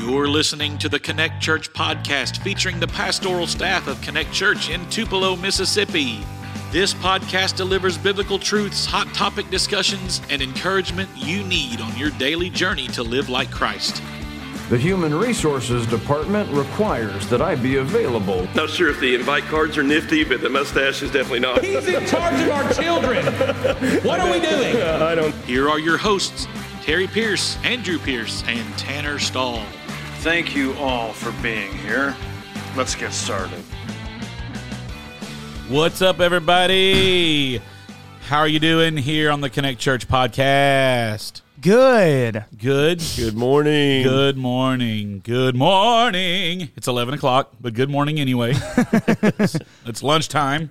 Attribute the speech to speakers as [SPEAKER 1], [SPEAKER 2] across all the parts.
[SPEAKER 1] You're listening to the Connect Church podcast featuring the pastoral staff of Connect Church in Tupelo, Mississippi. This podcast delivers biblical truths, hot topic discussions, and encouragement you need on your daily journey to live like Christ.
[SPEAKER 2] The Human Resources Department requires that I be available.
[SPEAKER 3] Not sure if the invite cards are nifty, but the mustache is definitely not.
[SPEAKER 4] He's in charge of our children. What are we doing?
[SPEAKER 1] Here are your hosts, Terry Pierce, Andrew Pierce, and Tanner Stahl.
[SPEAKER 5] Thank you all for being here. Let's get started.
[SPEAKER 1] What's up, everybody? How are you doing here on the Connect Church podcast?
[SPEAKER 6] Good.
[SPEAKER 1] Good.
[SPEAKER 3] Good morning.
[SPEAKER 1] Good morning. Good morning. It's 11 o'clock, but good morning anyway. it's, it's lunchtime.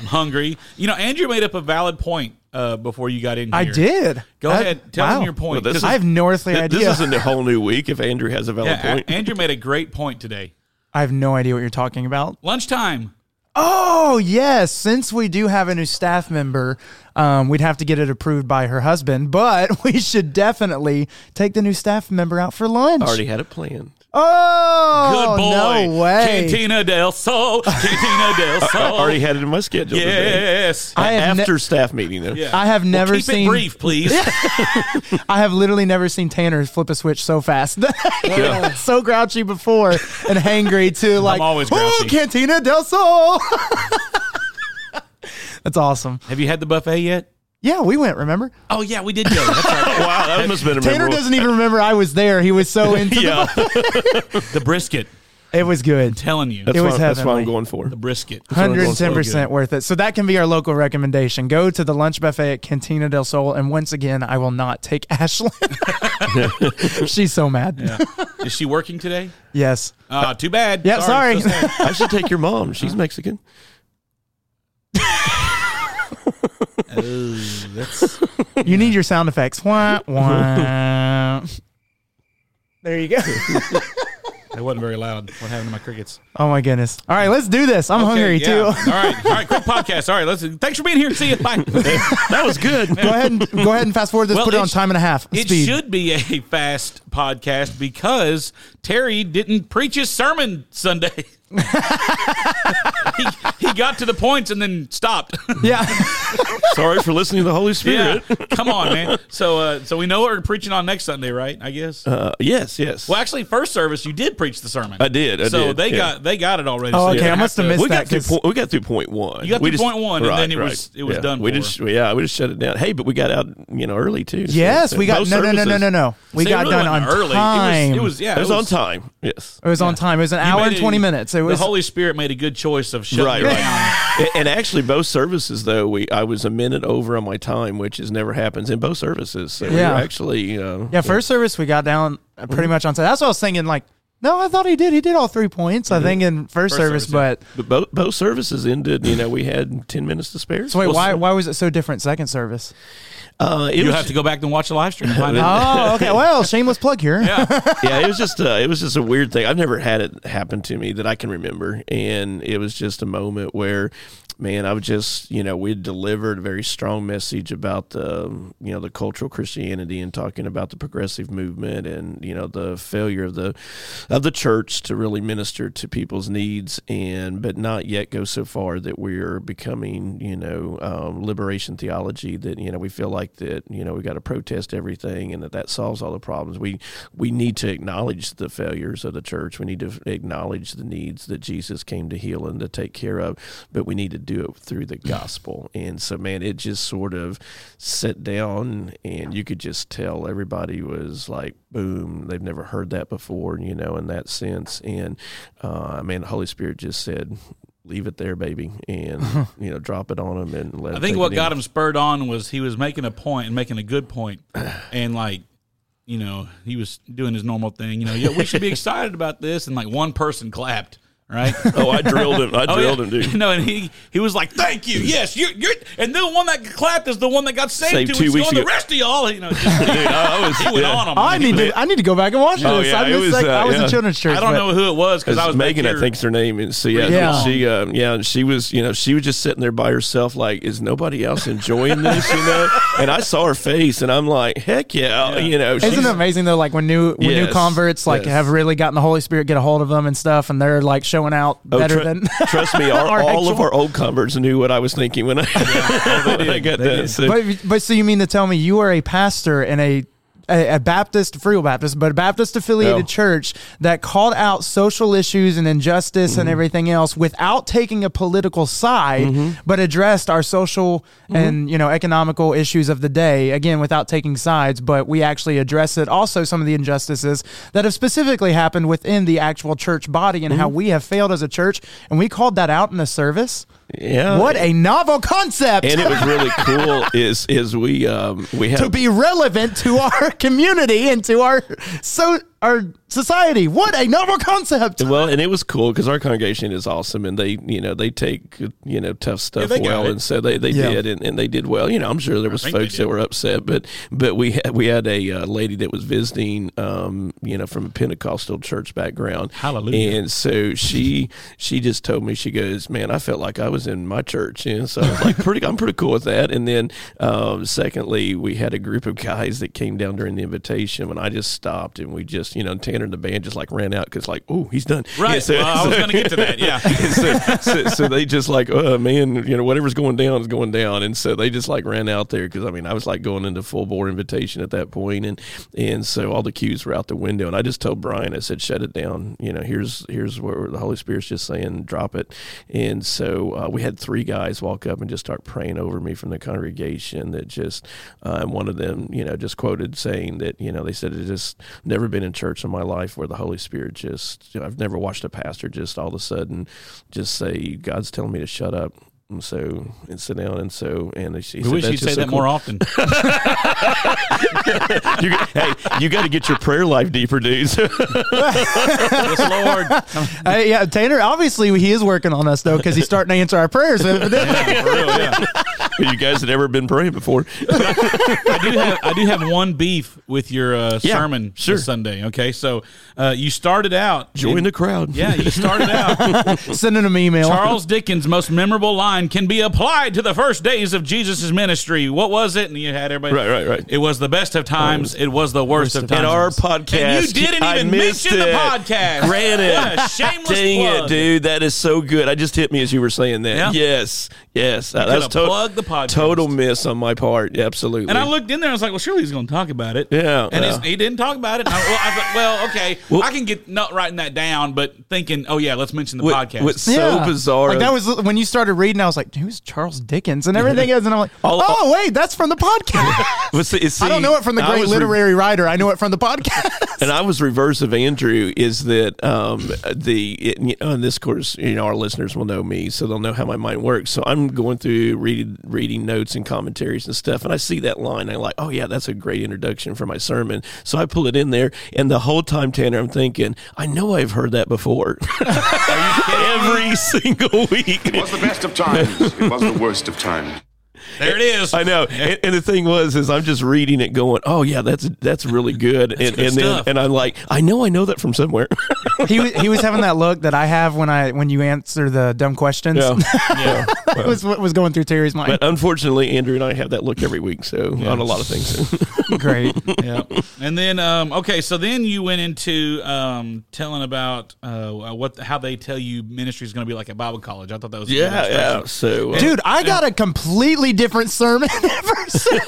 [SPEAKER 1] I'm hungry. You know, Andrew made up a valid point uh, before you got in here.
[SPEAKER 6] I did.
[SPEAKER 1] Go
[SPEAKER 6] I-
[SPEAKER 1] ahead. Tell
[SPEAKER 6] wow.
[SPEAKER 1] him your point.
[SPEAKER 3] Well, this
[SPEAKER 1] 'Cause-
[SPEAKER 6] I have no earthly idea.
[SPEAKER 3] This is a whole new week if Andrew has a valid
[SPEAKER 1] yeah,
[SPEAKER 3] point.
[SPEAKER 1] A- Andrew made a great point today.
[SPEAKER 6] I have no idea what you're talking about.
[SPEAKER 1] Lunchtime.
[SPEAKER 6] Oh, yes. Since we do have a new staff member, um, we'd have to get it approved by her husband, but we should definitely take the new staff member out for lunch.
[SPEAKER 3] Already had it planned.
[SPEAKER 1] Good
[SPEAKER 6] Oh,
[SPEAKER 1] boy.
[SPEAKER 6] no way.
[SPEAKER 1] Cantina del Sol. Cantina del Sol.
[SPEAKER 3] I already had it in my schedule. today.
[SPEAKER 1] yes.
[SPEAKER 6] I have ne-
[SPEAKER 3] After staff meeting, though.
[SPEAKER 1] Yeah.
[SPEAKER 6] I have
[SPEAKER 1] Well,
[SPEAKER 6] never
[SPEAKER 1] keep
[SPEAKER 6] seen-
[SPEAKER 1] it brief, please.
[SPEAKER 6] I have literally never seen Tanner flip a switch so fast. so grouchy before and hangry too. Like
[SPEAKER 1] always
[SPEAKER 6] oh,
[SPEAKER 1] grouchy."
[SPEAKER 6] Cantina del Sol. That's awesome.
[SPEAKER 1] Have you had the buffet yet?
[SPEAKER 6] Yeah, we went. Remember,
[SPEAKER 1] Oh yeah, we did go. That's right.
[SPEAKER 3] Wow, that must have been a
[SPEAKER 6] Tanner
[SPEAKER 3] memorable-
[SPEAKER 6] doesn't even remember I was there. He was so into.
[SPEAKER 3] Yeah,
[SPEAKER 1] the brisket.
[SPEAKER 6] It was good.
[SPEAKER 1] Telling you,
[SPEAKER 3] that's,
[SPEAKER 6] It
[SPEAKER 3] what,
[SPEAKER 6] was
[SPEAKER 3] I'm- that's what I'm
[SPEAKER 6] heavenly.
[SPEAKER 3] going for.
[SPEAKER 1] the brisket.
[SPEAKER 6] Hundred and ten percent worth it. So that can be our local recommendation. Go to the lunch buffet at Cantina del Sol, and once again, I will not take Ashlyn. She's so mad.
[SPEAKER 1] Is she working today?
[SPEAKER 6] Yes.
[SPEAKER 1] Uh, too bad.
[SPEAKER 6] Yeah, sorry.
[SPEAKER 1] so sad.
[SPEAKER 3] I should take your mom. She's Mexican.
[SPEAKER 6] You need your sound effects. Wah, wah. there you go.
[SPEAKER 1] That wasn't very loud. What happened to my crickets?
[SPEAKER 6] Oh my goodness. All right, let's do this. I'm hungry
[SPEAKER 1] Okay,
[SPEAKER 6] too.
[SPEAKER 1] yeah. All right, all right. Quick podcast. All right, let's. Thanks for being here. See you. Bye.
[SPEAKER 3] That was good.
[SPEAKER 6] Go ahead and go ahead and fast forward this.
[SPEAKER 1] Well,
[SPEAKER 6] put it
[SPEAKER 1] it
[SPEAKER 6] on
[SPEAKER 1] sh-
[SPEAKER 6] time and a half
[SPEAKER 1] It
[SPEAKER 6] speed.
[SPEAKER 1] should be a fast podcast because Terry didn't preach his sermon Sunday. he, he got to the points and then stopped.
[SPEAKER 6] Yeah.
[SPEAKER 3] Sorry for listening to the Holy
[SPEAKER 1] yeah,
[SPEAKER 3] Spirit.
[SPEAKER 1] come on, man. So, uh, so we know what we're preaching on next Sunday, right? I guess.
[SPEAKER 3] Uh, yes, yes.
[SPEAKER 1] Well, actually, first service you did preach the sermon.
[SPEAKER 3] I did, I
[SPEAKER 1] so
[SPEAKER 3] did,
[SPEAKER 1] they
[SPEAKER 3] yeah.
[SPEAKER 1] got they got it already. so
[SPEAKER 6] Oh, okay,
[SPEAKER 1] you
[SPEAKER 6] I must have
[SPEAKER 1] to-
[SPEAKER 6] missed-
[SPEAKER 3] we got
[SPEAKER 6] that
[SPEAKER 3] through
[SPEAKER 6] 'cause-
[SPEAKER 3] point. We got through point one.
[SPEAKER 1] You got
[SPEAKER 3] We
[SPEAKER 1] through point one, and then it was- it was done
[SPEAKER 3] We
[SPEAKER 1] for.
[SPEAKER 3] just yeah, we just shut it down. Hey, but we got out you know early too. so-
[SPEAKER 6] yes, we got
[SPEAKER 3] Both
[SPEAKER 6] no, no no no
[SPEAKER 3] services.
[SPEAKER 6] no no. We
[SPEAKER 1] See, it
[SPEAKER 6] got
[SPEAKER 1] really
[SPEAKER 6] done on
[SPEAKER 1] wasn't early.
[SPEAKER 6] time.
[SPEAKER 1] It was, it was yeah,
[SPEAKER 3] It was on time. Yes,
[SPEAKER 6] It was on time. It was an
[SPEAKER 1] You
[SPEAKER 6] hour
[SPEAKER 1] made
[SPEAKER 6] and
[SPEAKER 1] it-
[SPEAKER 6] twenty minutes. It was
[SPEAKER 1] the Holy Spirit made a good choice of shutting
[SPEAKER 3] right,
[SPEAKER 1] it down.
[SPEAKER 3] right. And- and actually, both services though, we I was a minute over on my time, which is never happens in both services. So we
[SPEAKER 6] Yeah.
[SPEAKER 3] were actually uh,
[SPEAKER 6] Yeah, first service we got down uh, pretty
[SPEAKER 1] Mm-hmm.
[SPEAKER 6] much on time. That's what I was thinking. Like, no, I thought he did. He did all three points. I think in first, service,
[SPEAKER 1] Mm-hmm. service,
[SPEAKER 6] but
[SPEAKER 3] But both both services ended. You know, we had ten minutes to spare.
[SPEAKER 6] so wait,
[SPEAKER 3] Well,
[SPEAKER 6] why why was it so different? Second service.
[SPEAKER 3] Uh, it
[SPEAKER 1] You
[SPEAKER 3] was,
[SPEAKER 1] have to go back and watch the live stream. and find out.
[SPEAKER 6] Oh, okay. Well, shameless plug here.
[SPEAKER 3] yeah, it was just uh, it was just a weird thing. I've never had it happen to me that I can remember, and it was just a moment where, man, I was just you know we delivered a very strong message about the um, you know the cultural Christianity and talking about the progressive movement and you know the failure of the of the church to really minister to people's needs and but not yet go so far that we're becoming you know um, liberation theology that you know we feel like that you know we got to protest everything and that that solves all the problems we we need to acknowledge the failures of the church we need to acknowledge the needs that Jesus came to heal and to take care of but we need to do it through the gospel and so man it just sort of set down and you could just tell everybody was like boom they've never heard that before you know in that sense and uh, I mean the Holy Spirit just said leave it there baby and you know drop it on them and let
[SPEAKER 1] I think what got him spurred on was he was making a point and making a good point, and like, you know, he was doing his normal thing. You know, yeah, we should be excited about this, and like one person clapped.
[SPEAKER 7] right?
[SPEAKER 3] Oh, I drilled him. I
[SPEAKER 7] Oh,
[SPEAKER 3] drilled
[SPEAKER 7] yeah.
[SPEAKER 3] him, dude.
[SPEAKER 7] No, and he he was like, "Thank you, yes, you're, you're." And then the one that clapped is the one that got saved, two,
[SPEAKER 3] Saved two
[SPEAKER 7] weeks
[SPEAKER 3] weeks
[SPEAKER 7] ago. The
[SPEAKER 3] ago.
[SPEAKER 7] rest of y'all, you know, just-
[SPEAKER 3] Dude, I, I was,
[SPEAKER 7] he went
[SPEAKER 3] yeah.
[SPEAKER 7] on 'em.
[SPEAKER 6] I need to. I need to go back and watch
[SPEAKER 3] Oh,
[SPEAKER 6] this.
[SPEAKER 3] yeah,
[SPEAKER 6] I
[SPEAKER 3] it
[SPEAKER 6] missed
[SPEAKER 3] was,
[SPEAKER 6] like,
[SPEAKER 3] uh,
[SPEAKER 6] I was
[SPEAKER 3] yeah.
[SPEAKER 6] in children's church.
[SPEAKER 7] I don't
[SPEAKER 6] but-
[SPEAKER 7] know who it was because
[SPEAKER 3] It's
[SPEAKER 7] I was
[SPEAKER 3] Megan,
[SPEAKER 7] back
[SPEAKER 3] I
[SPEAKER 7] here.
[SPEAKER 3] think's her name, and so yeah,
[SPEAKER 6] Yeah.
[SPEAKER 3] she um, yeah, and she was you know she was just sitting there by herself, like is nobody else enjoying this, you know? And I saw her face, and I'm like, heck yeah, you know.
[SPEAKER 6] Isn't
[SPEAKER 3] she's-
[SPEAKER 6] it amazing though? Like when new when
[SPEAKER 3] Yes,
[SPEAKER 6] new converts like
[SPEAKER 3] yes.
[SPEAKER 6] have really gotten the Holy Spirit get a hold of them and stuff, and they're like showing out
[SPEAKER 3] Oh,
[SPEAKER 6] better
[SPEAKER 3] tru-
[SPEAKER 6] than
[SPEAKER 3] trust me, our,
[SPEAKER 6] our
[SPEAKER 3] all of
[SPEAKER 6] actual- Oh,
[SPEAKER 3] our old converts knew what I was thinking when I, when I got that. So,
[SPEAKER 6] But but so you mean to tell me you are a pastor in a a, a Baptist, Free Will Baptist, but a Baptist affiliated
[SPEAKER 3] No.
[SPEAKER 6] church that called out social issues and injustice
[SPEAKER 3] Mm-hmm.
[SPEAKER 6] and everything else without taking a political side,
[SPEAKER 3] Mm-hmm.
[SPEAKER 6] but addressed our social and you know economical issues of the day again without taking sides. But we actually address it. Also, some of the injustices that have specifically happened within the actual church body and
[SPEAKER 3] Mm-hmm.
[SPEAKER 6] how we have failed as a church, and we called that out in the service.
[SPEAKER 3] yeah,
[SPEAKER 6] What a novel concept!
[SPEAKER 3] Uh, and it was really cool. Is is we um we had
[SPEAKER 6] to be relevant to our community and to our so our society. What a novel concept!
[SPEAKER 3] Well, and it was cool because our congregation is awesome, and they, you know, they take you know tough stuff
[SPEAKER 7] they got
[SPEAKER 3] well,
[SPEAKER 7] it.
[SPEAKER 3] and so they, they
[SPEAKER 6] Yeah.
[SPEAKER 3] did, and, and they did well. You know, I'm sure there was
[SPEAKER 7] think they
[SPEAKER 3] folks
[SPEAKER 7] did.
[SPEAKER 3] that were upset, but but we had we had a uh, lady that was visiting, um, you know, from a Pentecostal church background,
[SPEAKER 7] Hallelujah.
[SPEAKER 3] and so she she just told me she goes, man, I felt like I was in my church, and so I was like, pretty, I'm pretty cool with that. And then, um, secondly, we had a group of guys that came down during the invitation when I just stopped, and we just, you know, Tanner and the band just like ran out because like, oh, he's done,
[SPEAKER 7] Right.
[SPEAKER 3] Yeah, so-
[SPEAKER 7] well, I was going to get to that. Yeah.
[SPEAKER 3] so, so, so they just like, oh man, you know, whatever's going down is going down, and so they just like ran out there because I mean, I was like going into full bore invitation at that point, and and so all the cues were out the window, and I just told Brian, I said, shut it down. You know, here's here's where the Holy Spirit's just saying, drop it, and so uh, we had three guys walk up and just start praying over me from the congregation that just, uh, and one of them, you know, just quoted saying that you know they said it just never been in church in my life where the Holy Spirit just I've never watched a pastor just all of a sudden just say God's telling me to shut up and so and sit down and so and she
[SPEAKER 7] We
[SPEAKER 3] said,
[SPEAKER 7] wish
[SPEAKER 3] "That's
[SPEAKER 7] you'd say
[SPEAKER 3] just so
[SPEAKER 7] that
[SPEAKER 3] cool."
[SPEAKER 7] more often.
[SPEAKER 3] You- hey, you got to get your prayer life deeper, dudes.
[SPEAKER 7] yes, Lord.
[SPEAKER 6] Uh, yeah, Tanner. Obviously, he is working on us though because he's starting to answer our prayers.
[SPEAKER 7] For real, yeah.
[SPEAKER 3] you guys had never been praying before.
[SPEAKER 7] I do have I do have one beef with your uh,
[SPEAKER 3] Yeah,
[SPEAKER 7] sermon
[SPEAKER 3] sure.
[SPEAKER 7] this Sunday. Okay, so uh, you started out
[SPEAKER 3] Join the crowd.
[SPEAKER 7] Yeah, you started out.
[SPEAKER 6] Sending him email.
[SPEAKER 7] Charles Dickens' most memorable line can be applied to the first days of Jesus' ministry. What was it? And you had everybody.
[SPEAKER 3] Right, right, Oh. right.
[SPEAKER 7] It was the best of times. It was the worst of times.
[SPEAKER 3] And our podcast.
[SPEAKER 7] And you didn't
[SPEAKER 3] I
[SPEAKER 7] even
[SPEAKER 3] missed
[SPEAKER 7] mention the
[SPEAKER 3] it.
[SPEAKER 7] podcast.
[SPEAKER 3] Granted.
[SPEAKER 7] What a shameless
[SPEAKER 3] Dang
[SPEAKER 7] plug.
[SPEAKER 3] it, dude. That is so good. I just hit me as you were saying that.
[SPEAKER 7] Yeah.
[SPEAKER 3] Yes. Yes. That was
[SPEAKER 7] could've plugged the podcast.
[SPEAKER 3] Total miss on my part. Yeah, absolutely.
[SPEAKER 7] And I looked in there. I was like, "Well, surely he's going to talk about it."
[SPEAKER 3] Yeah,
[SPEAKER 7] And it's-
[SPEAKER 3] yeah.
[SPEAKER 7] he didn't talk about it. And I, well, I thought, well, okay,
[SPEAKER 3] Well-
[SPEAKER 7] I can get not writing that down, but thinking, "Oh yeah, let's mention the
[SPEAKER 3] what,
[SPEAKER 7] podcast."
[SPEAKER 3] what's so
[SPEAKER 6] Yeah.
[SPEAKER 3] bizarre.
[SPEAKER 6] Like that was when you started reading. I was like, "Who's Charles Dickens?" and everything else. And I'm like,
[SPEAKER 3] All-
[SPEAKER 6] "Oh, wait, that's from the podcast."
[SPEAKER 3] was, see,
[SPEAKER 6] I don't know it from the
[SPEAKER 3] I
[SPEAKER 6] great
[SPEAKER 3] was re-
[SPEAKER 6] literary writer. I know it from the podcast.
[SPEAKER 3] and I was reverse of Andrew is that um, the it, you know, and this course you know our listeners will know me so they'll know how my mind works so I'm going through reading reading notes and commentaries and stuff and I see that line I'm like oh yeah that's a great introduction for my sermon so I pull it in there and the whole time Tanner I'm thinking I know I've heard that before every single week
[SPEAKER 8] It was the best of times. It was the worst of times.
[SPEAKER 7] there it is.
[SPEAKER 3] I know. And, and the thing was, is I'm just reading it, going, "Oh yeah, that's that's really good." and
[SPEAKER 7] good
[SPEAKER 3] and
[SPEAKER 7] stuff.
[SPEAKER 3] then and I'm like, I know I know that from somewhere.
[SPEAKER 6] he was- he was having that look that I have when I when you answer the dumb questions.
[SPEAKER 3] Yeah.
[SPEAKER 7] Yeah.
[SPEAKER 6] that was what was going through Terry's mind.
[SPEAKER 3] but unfortunately, Andrew and I have that look every week, so on a lot of things.
[SPEAKER 6] Great.
[SPEAKER 7] yeah. And then um, okay, so then you went into um, telling about uh, what how they tell you ministry is going to be like at Bible college. I thought that was a good illustration.
[SPEAKER 3] So uh,
[SPEAKER 6] Dude, I got a completely different sermon ever. sir.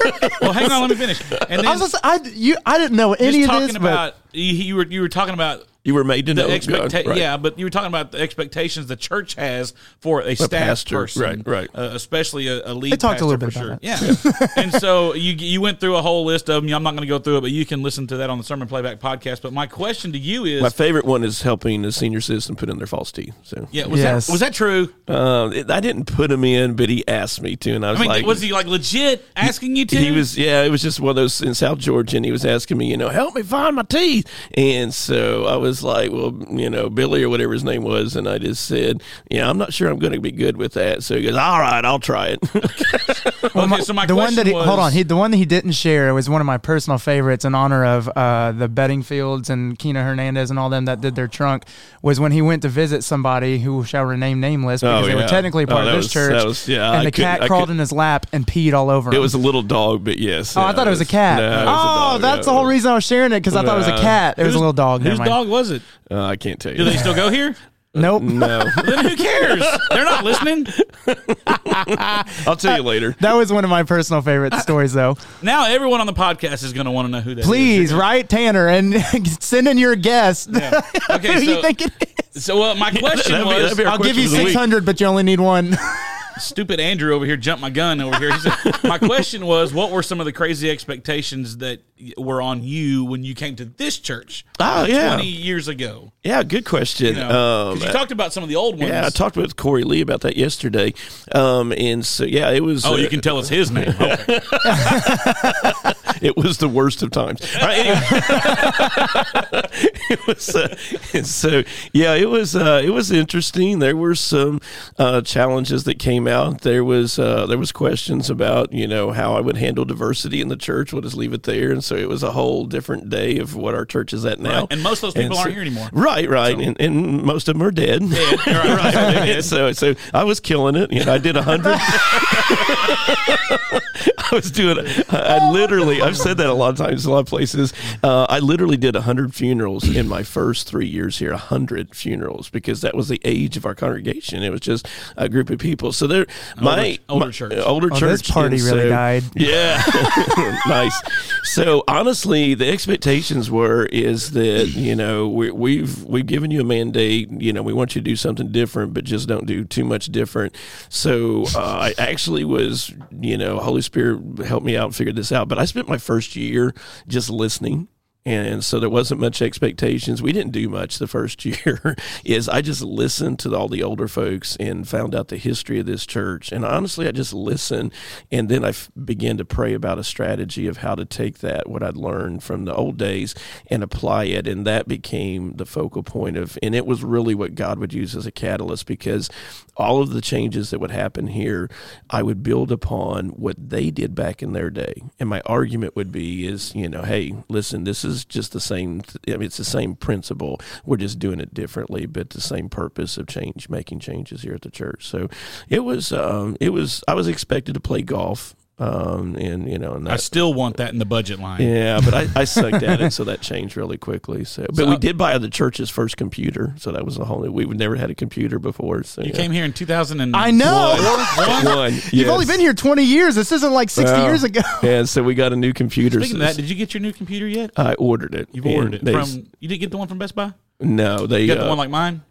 [SPEAKER 7] Well, hang on, let me finish. And then
[SPEAKER 6] I was just, I you I didn't know
[SPEAKER 7] just
[SPEAKER 6] any of
[SPEAKER 7] talking
[SPEAKER 6] this,
[SPEAKER 7] about you, you were you were talking about
[SPEAKER 3] you were made to
[SPEAKER 7] the
[SPEAKER 3] know God,
[SPEAKER 7] expectation.
[SPEAKER 3] right.
[SPEAKER 7] Yeah, but you were talking about the expectations the church has for a, staff
[SPEAKER 3] pastor,
[SPEAKER 7] person,
[SPEAKER 3] right, right.
[SPEAKER 7] Uh, especially a, a lead.
[SPEAKER 6] They talked
[SPEAKER 7] pastor
[SPEAKER 6] a little
[SPEAKER 7] for
[SPEAKER 6] bit
[SPEAKER 7] sure.
[SPEAKER 6] about
[SPEAKER 7] Yeah, and so you you went through a whole list of them. I'm not going to go through it, but you can listen to that on the Sermon Playback podcast. But my question to you is.
[SPEAKER 3] My favorite one is helping a senior citizen put in their false teeth. So
[SPEAKER 7] yeah, was,
[SPEAKER 6] Yes.
[SPEAKER 7] that, was that true?
[SPEAKER 3] uh, it- I didn't put him in, but he asked me to, and I was
[SPEAKER 7] I mean,
[SPEAKER 3] like,
[SPEAKER 7] was he like legit asking you to?
[SPEAKER 3] He was, yeah, it was just one of those in South Georgia, and he was asking me, you know, help me find my teeth. And so I was was like, well, you know, Billy or whatever his name was, and I just said, yeah, I'm not sure I'm going to be good with that. So he goes, all right, I'll try it.
[SPEAKER 7] Okay, so my
[SPEAKER 6] the one
[SPEAKER 7] question
[SPEAKER 6] that he,
[SPEAKER 7] was,
[SPEAKER 6] hold on, he, the one that he didn't share was one of my personal favorites in honor of uh, the Bettingfields and Kina Hernandez and all them that did their trunk was when he went to visit somebody who shall remain nameless because
[SPEAKER 3] Oh,
[SPEAKER 6] they were
[SPEAKER 3] yeah.
[SPEAKER 6] technically
[SPEAKER 3] Oh,
[SPEAKER 6] part
[SPEAKER 3] that
[SPEAKER 6] of his
[SPEAKER 3] was-
[SPEAKER 6] church.
[SPEAKER 3] that was- yeah,
[SPEAKER 6] and
[SPEAKER 3] I
[SPEAKER 6] the
[SPEAKER 3] couldn't-
[SPEAKER 6] cat
[SPEAKER 3] I
[SPEAKER 6] crawled
[SPEAKER 3] couldn't-
[SPEAKER 6] in his lap and peed all over.
[SPEAKER 3] it
[SPEAKER 6] him.
[SPEAKER 3] was a little dog, but yes.
[SPEAKER 6] Oh, I
[SPEAKER 3] yeah,
[SPEAKER 6] thought it was a cat.
[SPEAKER 3] no, it was a
[SPEAKER 6] oh,
[SPEAKER 3] dog,
[SPEAKER 6] that's
[SPEAKER 3] yeah.
[SPEAKER 6] the whole reason I was sharing it because I thought it was a cat. It was a
[SPEAKER 7] whose-
[SPEAKER 6] little dog.
[SPEAKER 7] Whose
[SPEAKER 6] Never mind.
[SPEAKER 7] dog was it?
[SPEAKER 3] Uh, I can't tell you.
[SPEAKER 7] Do they still go here?
[SPEAKER 6] Nope.
[SPEAKER 3] no,
[SPEAKER 7] Then who cares? They're not listening.
[SPEAKER 3] I'll tell you later.
[SPEAKER 6] That was one of my personal favorite stories, though.
[SPEAKER 7] Now everyone on the podcast is going to want to know who that is.
[SPEAKER 6] Please write Tanner and send in your guess.
[SPEAKER 7] Okay,
[SPEAKER 6] Who do
[SPEAKER 7] so-
[SPEAKER 6] you think it is?
[SPEAKER 7] So uh, my question
[SPEAKER 3] that'd be-
[SPEAKER 7] was,
[SPEAKER 3] that'd be our
[SPEAKER 6] I'll give you
[SPEAKER 3] question of the week.
[SPEAKER 6] 600, but you only need one.
[SPEAKER 7] stupid Andrew over here jumped my gun over here. He said, my question was, what were some of the crazy expectations that were on you when you came to this church?
[SPEAKER 3] Oh, yeah.
[SPEAKER 7] twenty years ago.
[SPEAKER 3] Yeah, good
[SPEAKER 7] You,
[SPEAKER 3] question.
[SPEAKER 7] know?
[SPEAKER 3] um,
[SPEAKER 7] 'Cause you talked about some of the old ones.
[SPEAKER 3] yeah, I talked with Corey Lee about that yesterday, um, and so yeah, it was.
[SPEAKER 7] Oh,
[SPEAKER 3] uh,
[SPEAKER 7] you can tell us his name. Okay.
[SPEAKER 3] it was the worst of times. All right, anyway. it was uh, and so yeah, it was uh, it was interesting. There were some uh, challenges that came out. There was uh, there was questions about you know how I would handle diversity in the church. We'll just leave it there. And so it was a whole different day of what our church is at now.
[SPEAKER 7] Right, and most of those people
[SPEAKER 3] so-
[SPEAKER 7] aren't here anymore.
[SPEAKER 3] Right, right, and, and most of them are dead.
[SPEAKER 7] You're right.
[SPEAKER 3] right. so so I was killing it. You know, I did a hundred. I was doing. I, I literally. I've said that a lot of times, a lot of places. Uh, I literally did a hundred funerals in my first three years here. A hundred funerals because that was the age of our congregation. It was just a group of people. So there, my
[SPEAKER 7] older
[SPEAKER 3] my-
[SPEAKER 7] church.
[SPEAKER 3] older
[SPEAKER 6] Oh,
[SPEAKER 3] church.
[SPEAKER 6] this party
[SPEAKER 3] and
[SPEAKER 6] really died.
[SPEAKER 3] Yeah, nice. So honestly, the expectations were is that you know we, we've we've given you a mandate. You know we want you to do something different, but just don't do too much different. So uh, I actually was you know Holy Spirit helped me out figure this out. But I spent my first year just listening. And so there wasn't much expectations. We didn't do much the first year. Is I just listened to all the older folks and found out the history of this church. And honestly, I just listened, and then I f- began to pray about a strategy of how to take that what I'd learned from the old days and apply it. And that became the focal point of. And it was really what God would use as a catalyst because all of the changes that would happen here, I would build upon what they did back in their day. And my argument would be is, you know, hey, listen, this is just the same I mean it's the same principle. We're just doing it differently, but the same purpose of change, making changes here at the church. So it was um it was I was expected to play golf. Um and you know and
[SPEAKER 7] I
[SPEAKER 3] that,
[SPEAKER 7] still want that in the budget line.
[SPEAKER 3] yeah, but I, I sucked at it, so that changed really quickly. So, but we did buy the church's first computer, so that was a whole. new- We've never had a computer before. So
[SPEAKER 7] You
[SPEAKER 3] yeah.
[SPEAKER 7] came here in 2000 and
[SPEAKER 6] I know.
[SPEAKER 3] one. one.
[SPEAKER 6] You've only been here 20 years. This isn't like 60
[SPEAKER 3] Wow.
[SPEAKER 6] years ago.
[SPEAKER 3] And so we got a new computer.
[SPEAKER 7] Speaking of that, did you get your new computer yet?
[SPEAKER 3] I ordered it.
[SPEAKER 7] You've ordered it
[SPEAKER 3] And they-
[SPEAKER 7] from. You didn't get the one from Best Buy.
[SPEAKER 3] no, they.
[SPEAKER 7] You got
[SPEAKER 3] uh,
[SPEAKER 7] the one like mine.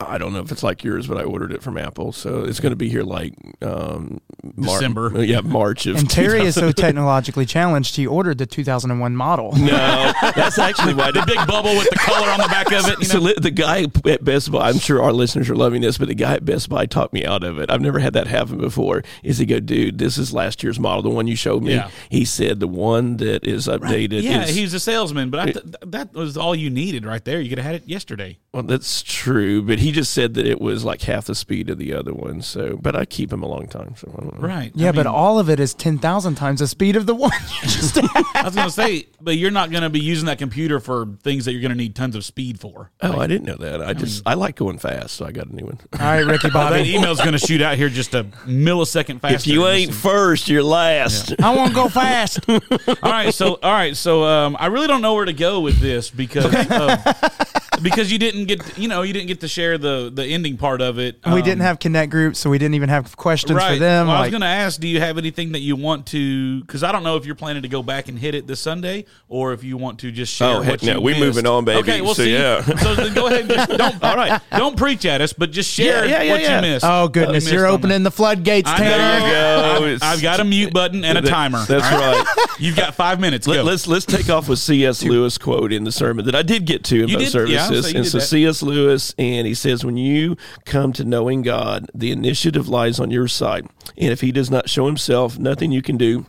[SPEAKER 3] I don't know if it's like yours, but I ordered it from Apple, so it's going to be here like um, Mar-
[SPEAKER 7] December.
[SPEAKER 3] Yeah, March of.
[SPEAKER 6] And Terry is so technologically challenged, he ordered the 2001 model.
[SPEAKER 3] no, that's actually why I
[SPEAKER 7] The
[SPEAKER 3] did
[SPEAKER 7] big bubble with the color on the back of it. You
[SPEAKER 3] So
[SPEAKER 7] know?
[SPEAKER 3] li- the guy at Best Buy, I'm sure our listeners are loving this, but the guy at Best Buy talked me out of it. I've never had that happen before. Is he go, dude, this is last year's model, the one you showed me.
[SPEAKER 7] Yeah.
[SPEAKER 3] He said the one that is updated.
[SPEAKER 7] Yeah,
[SPEAKER 3] is,
[SPEAKER 7] he's a salesman, but I th- th- that was all you needed right there. You could have had it yesterday.
[SPEAKER 3] well, that's true, but he just said that it was like half the speed of the other one. So, but I keep him a long time. So I don't know.
[SPEAKER 7] Right.
[SPEAKER 6] Yeah, but all of it is 10,000 times the speed of the one you just
[SPEAKER 7] I was going to say, but you're not going to be using that computer for things that you're going to need tons of speed for.
[SPEAKER 3] Oh, I didn't know that. I just I like going fast, so I got a new one.
[SPEAKER 6] All right, Ricky
[SPEAKER 7] That
[SPEAKER 6] Bobby.
[SPEAKER 7] email's going to shoot out here just a millisecond faster.
[SPEAKER 3] If you ain't first, you're last.
[SPEAKER 6] I won't go fast.
[SPEAKER 7] all right, so all right, so um, I really don't know where to go with this because of, because you didn't get you know you didn't get to share the the ending part of it.
[SPEAKER 6] we
[SPEAKER 7] Um,
[SPEAKER 6] didn't have connect groups, so we didn't even have questions for them.
[SPEAKER 7] Well, I was
[SPEAKER 6] like-
[SPEAKER 7] going to ask, do you have anything that you want to? Because I don't know if you're planning to go back and hit it this Sunday, or if you want to just share.
[SPEAKER 3] Oh,
[SPEAKER 7] what
[SPEAKER 3] heck
[SPEAKER 7] you
[SPEAKER 3] no. We
[SPEAKER 7] missed.
[SPEAKER 3] moving on, baby.
[SPEAKER 7] Okay, well,
[SPEAKER 3] So,
[SPEAKER 7] see,
[SPEAKER 3] yeah.
[SPEAKER 7] so then go ahead. And just, don't all
[SPEAKER 3] right.
[SPEAKER 7] Don't preach at us, but just share
[SPEAKER 3] Yeah, yeah, yeah,
[SPEAKER 7] what
[SPEAKER 3] yeah.
[SPEAKER 7] you missed.
[SPEAKER 6] oh,
[SPEAKER 7] What you
[SPEAKER 6] goodness.
[SPEAKER 7] missed
[SPEAKER 6] You're
[SPEAKER 7] on
[SPEAKER 6] opening the
[SPEAKER 7] that.
[SPEAKER 6] floodgates,
[SPEAKER 7] I
[SPEAKER 6] Tanner.
[SPEAKER 7] know.
[SPEAKER 3] There you go.
[SPEAKER 7] I've, I've got a mute button and a
[SPEAKER 3] That-
[SPEAKER 7] timer.
[SPEAKER 3] That's
[SPEAKER 7] all
[SPEAKER 3] right.
[SPEAKER 7] You've got five minutes. Go.
[SPEAKER 3] Let, us let's take off with C.S. Lewis quote in the sermon that I did get to in
[SPEAKER 7] You
[SPEAKER 3] both
[SPEAKER 7] did- yeah, so
[SPEAKER 3] services.
[SPEAKER 7] you
[SPEAKER 3] and
[SPEAKER 7] did
[SPEAKER 3] so
[SPEAKER 7] that.
[SPEAKER 3] C.S. Lewis, and he says, when you come to knowing God, the initiative lies on your side, and if He does not show Himself, nothing you can do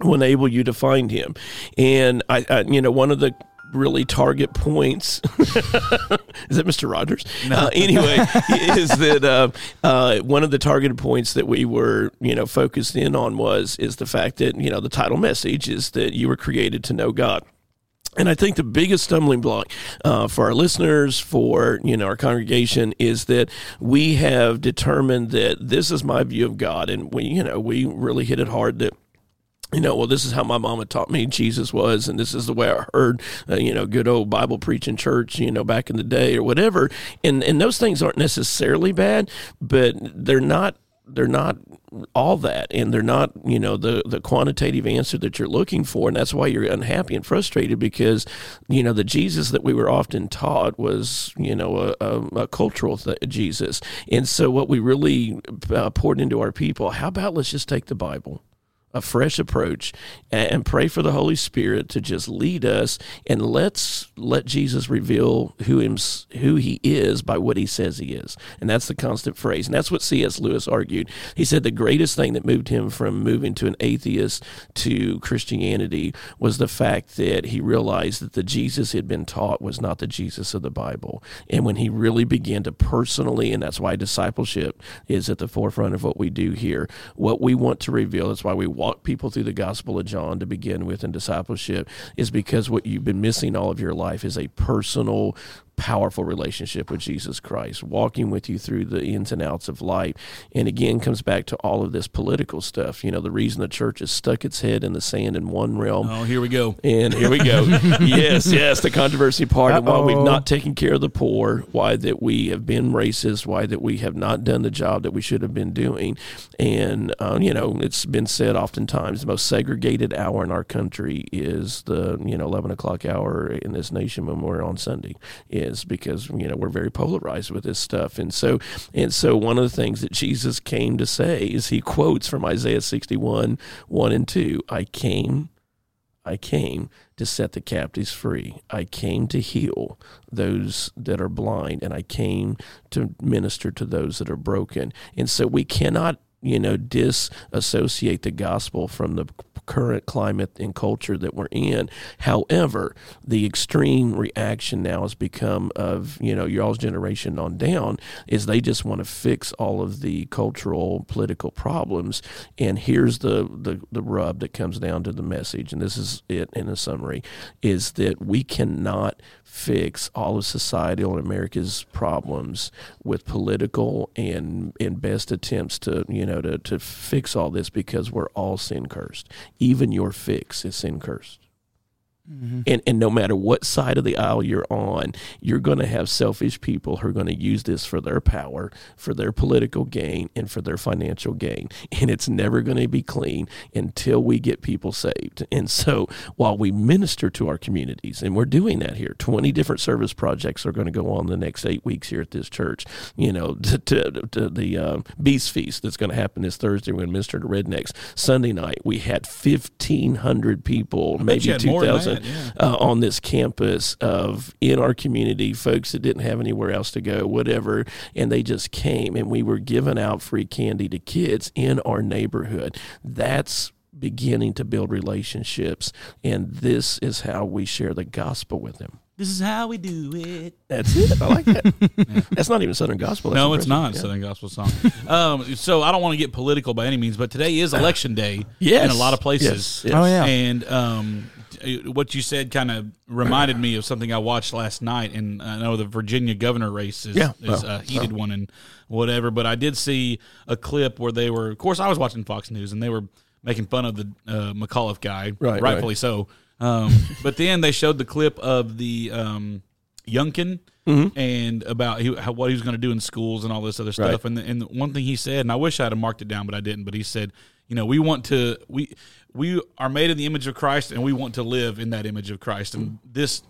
[SPEAKER 3] will enable you to find Him. And I, I you know, one of the really target points. is that Mr. Rogers? Uh, anyway, is that uh, uh, one of the targeted points that we were you know focused in on was is the fact that you know the title message is that you were created to know God. And I think the biggest stumbling block uh, for our listeners, for you know our congregation, is that we have determined that this is my view of God, and we you know we really hit it hard that you know, well, this is how my mama taught me Jesus was, and this is the way I heard, uh, you know, good old Bible preaching church, you know, back in the day or whatever. And and those things aren't necessarily bad, but they're not they're not all that, and they're not you know the the quantitative answer that you're looking for, and that's why you're unhappy and frustrated because you know the Jesus that we were often taught was you know a, a, a cultural th- Jesus, and so what we really uh, poured into our people, how about let's just take the Bible a fresh approach and, and pray for the Holy Spirit to just lead us and let's let Jesus reveal who him, who he is by what he says he is. And that's the constant phrase. And that's what C.S. Lewis argued. He said the greatest thing that moved him from moving to an atheist to Christianity was the fact that he realized that the Jesus he had been taught was not the Jesus of the Bible. And when he really began to personally, and that's why discipleship is at the forefront of what we do here, what we want to reveal, that's why we walk people through the Gospel of John to begin with in discipleship, is because what you've been missing all of your life is a personal, powerful relationship with Jesus Christ, walking with you through the ins and outs of life. And again, comes back to all of this political stuff. You know, the reason the church has stuck its head in the sand in one realm
[SPEAKER 7] Oh, here we go.
[SPEAKER 3] and here we go. yes, yes, the controversy part. And why we've
[SPEAKER 6] Uh-oh.
[SPEAKER 3] not taken care of the poor, why that we have been racist, why that we have not done the job that we should have been doing. And, uh, you know, it's been said oftentimes the most segregated hour in our country is the, you know, 11 o'clock hour in this nation when we're on Sunday, is because, you know, we're very polarized with this stuff. And so, and so one of the things that Jesus came to say is he quotes from Isaiah 61, 1 and 2, I came. I came to set the captives free. I came to heal those that are blind, and I came to minister to those that are broken. And so we cannot, you know, disassociate the gospel from the current climate and culture that we're in. However, the extreme reaction now has become of, you know, y'all's generation on down is they just want to fix all of the cultural, political problems. And here's the, the, the rub that comes down to the message, and this is it in a summary, is that we cannot fix all of societal and America's problems with political and and best attempts to you know to, to fix all this because we're all sin cursed. Even your fix is sin cursed.
[SPEAKER 7] Mm-hmm.
[SPEAKER 3] And, and no matter what side of the aisle you're on, you're going to have selfish people who are going to use this for their power, for their political gain, and for their financial gain. And it's never going to be clean until we get people saved. And so while we minister to our communities, and we're doing that here, 20 different service projects are going to go on the next eight weeks here at this church. You know, to, to, to the um, Beast Feast that's going to happen this Thursday, we're going to minister to Rednecks. Sunday night, we had 1,500 people,
[SPEAKER 7] you
[SPEAKER 3] maybe
[SPEAKER 7] had more than
[SPEAKER 3] 2,000
[SPEAKER 7] that, yeah.
[SPEAKER 3] uh, on this campus of in our community, folks that didn't have anywhere else to go, whatever, and they just came and we were giving out free candy to kids in our neighborhood. That's beginning to build relationships, and this is how we share the gospel with them.
[SPEAKER 7] This is how we do it.
[SPEAKER 3] That's it. I like that. That's not even Southern gospel. That's
[SPEAKER 7] No, it's
[SPEAKER 3] impressive.
[SPEAKER 7] not
[SPEAKER 3] Yeah.
[SPEAKER 7] Southern Gospel song. um, so I don't want to get political by any means, but today is election day
[SPEAKER 3] Yes.
[SPEAKER 7] in a lot of places.
[SPEAKER 3] Yes, yes.
[SPEAKER 6] Oh, yeah.
[SPEAKER 7] And um, t- what you said kind of reminded me of something I watched last night. And I know the Virginia governor race is,
[SPEAKER 3] Yeah.
[SPEAKER 7] is
[SPEAKER 3] Oh.
[SPEAKER 7] a heated one and whatever, but I did see a clip where they were, of course, I was watching Fox News and they were making fun of the uh, McAuliffe guy,
[SPEAKER 3] Right,
[SPEAKER 7] rightfully
[SPEAKER 3] right.
[SPEAKER 7] so. Um, but then they showed the clip of the um, Youngkin
[SPEAKER 3] Mm-hmm.
[SPEAKER 7] and about he, how, what he was going to do in schools and all this other stuff.
[SPEAKER 3] Right.
[SPEAKER 7] And the, and the one thing he said, and I wish I'd have marked it down, but I didn't. But he said, you know, we want to we we are made in the image of Christ, and we want to live in that image of Christ.
[SPEAKER 3] Mm.
[SPEAKER 7] And this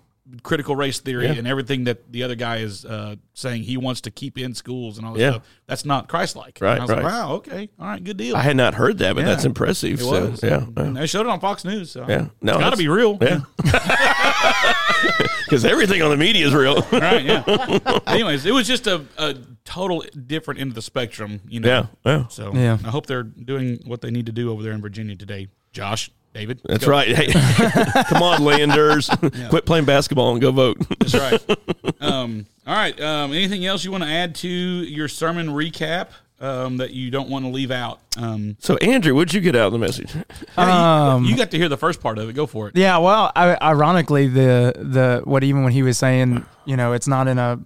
[SPEAKER 7] critical race theory and everything that the other guy is uh, saying he wants to keep in schools and all this
[SPEAKER 3] Yeah.
[SPEAKER 7] stuff that's not Christ like.
[SPEAKER 3] Right,
[SPEAKER 7] I was
[SPEAKER 3] right.
[SPEAKER 7] like, wow, okay, all right, good deal.
[SPEAKER 3] I had not heard that, but
[SPEAKER 7] Yeah.
[SPEAKER 3] that's impressive.
[SPEAKER 7] It
[SPEAKER 3] so,
[SPEAKER 7] was.
[SPEAKER 3] yeah. yeah.
[SPEAKER 7] And they showed it on Fox News. So
[SPEAKER 3] Yeah. No,
[SPEAKER 7] it's got to
[SPEAKER 3] that's-
[SPEAKER 7] be real.
[SPEAKER 3] Yeah. Because everything on the media is real.
[SPEAKER 7] All right, yeah. Anyways, it was just a, a total different end of the spectrum, you know.
[SPEAKER 3] Yeah, yeah.
[SPEAKER 7] So
[SPEAKER 6] Yeah.
[SPEAKER 7] I hope they're doing what they need to do over there in Virginia today, Josh. David.
[SPEAKER 3] That's
[SPEAKER 7] Go.
[SPEAKER 3] right. Hey, come on, Landers, quit playing basketball and go vote.
[SPEAKER 7] That's right. um, all right. Um, anything else you want to add to your sermon recap um, that you don't want to leave out? Um,
[SPEAKER 3] so, Andrew, what'd you get out of the message?
[SPEAKER 7] you, got to hear the first part of it. Go for it.
[SPEAKER 6] Yeah, well, I, ironically, the the what even when he was saying, you know, it's not in a,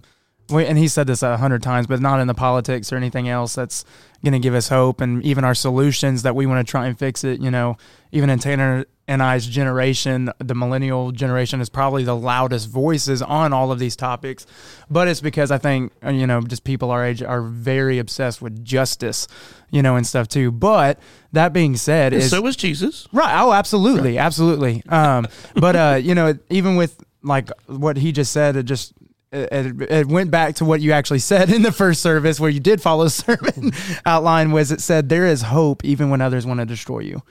[SPEAKER 6] we- and he said this a hundred times, but not in the politics or anything else that's going to give us hope, and even our solutions that we want to try and fix it. You know, even in Tanner and I's generation, the millennial generation is probably the loudest voices on all of these topics, but it's because I think uh, you know just people our age are very obsessed with justice, you know, and stuff too. But that being said, is
[SPEAKER 3] so was Jesus.
[SPEAKER 6] Right. Oh, absolutely, absolutely. Um, but uh, you know, even with like what he just said, it just it, it went back to what you actually said in the first service, where you did follow sermon outline. Was it said there is hope even when others want to destroy you?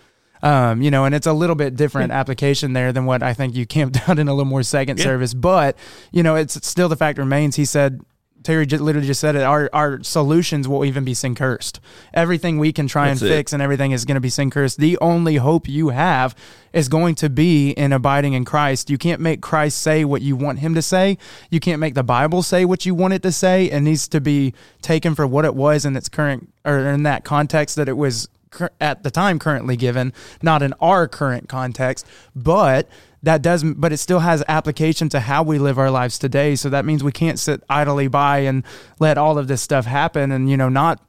[SPEAKER 6] Um, you know, and it's a little bit different application there than what I think you camped out in a little more second service. But you know, it's still the fact remains. He said Terry just literally just said it. Our our solutions will even be sin cursed. Everything we can try
[SPEAKER 3] That's
[SPEAKER 6] and
[SPEAKER 3] it.
[SPEAKER 6] fix and everything is going to be sin cursed. The only hope you have is going to be in abiding in Christ. You can't make Christ say what you want him to say. You can't make the Bible say what you want it to say. It needs to be taken for what it was in its current or in that context that it was cur- at the time currently given, not in our current context, but that does but it still has application to how we live our lives today. So that means we can't sit idly by and let all of this stuff happen and you know not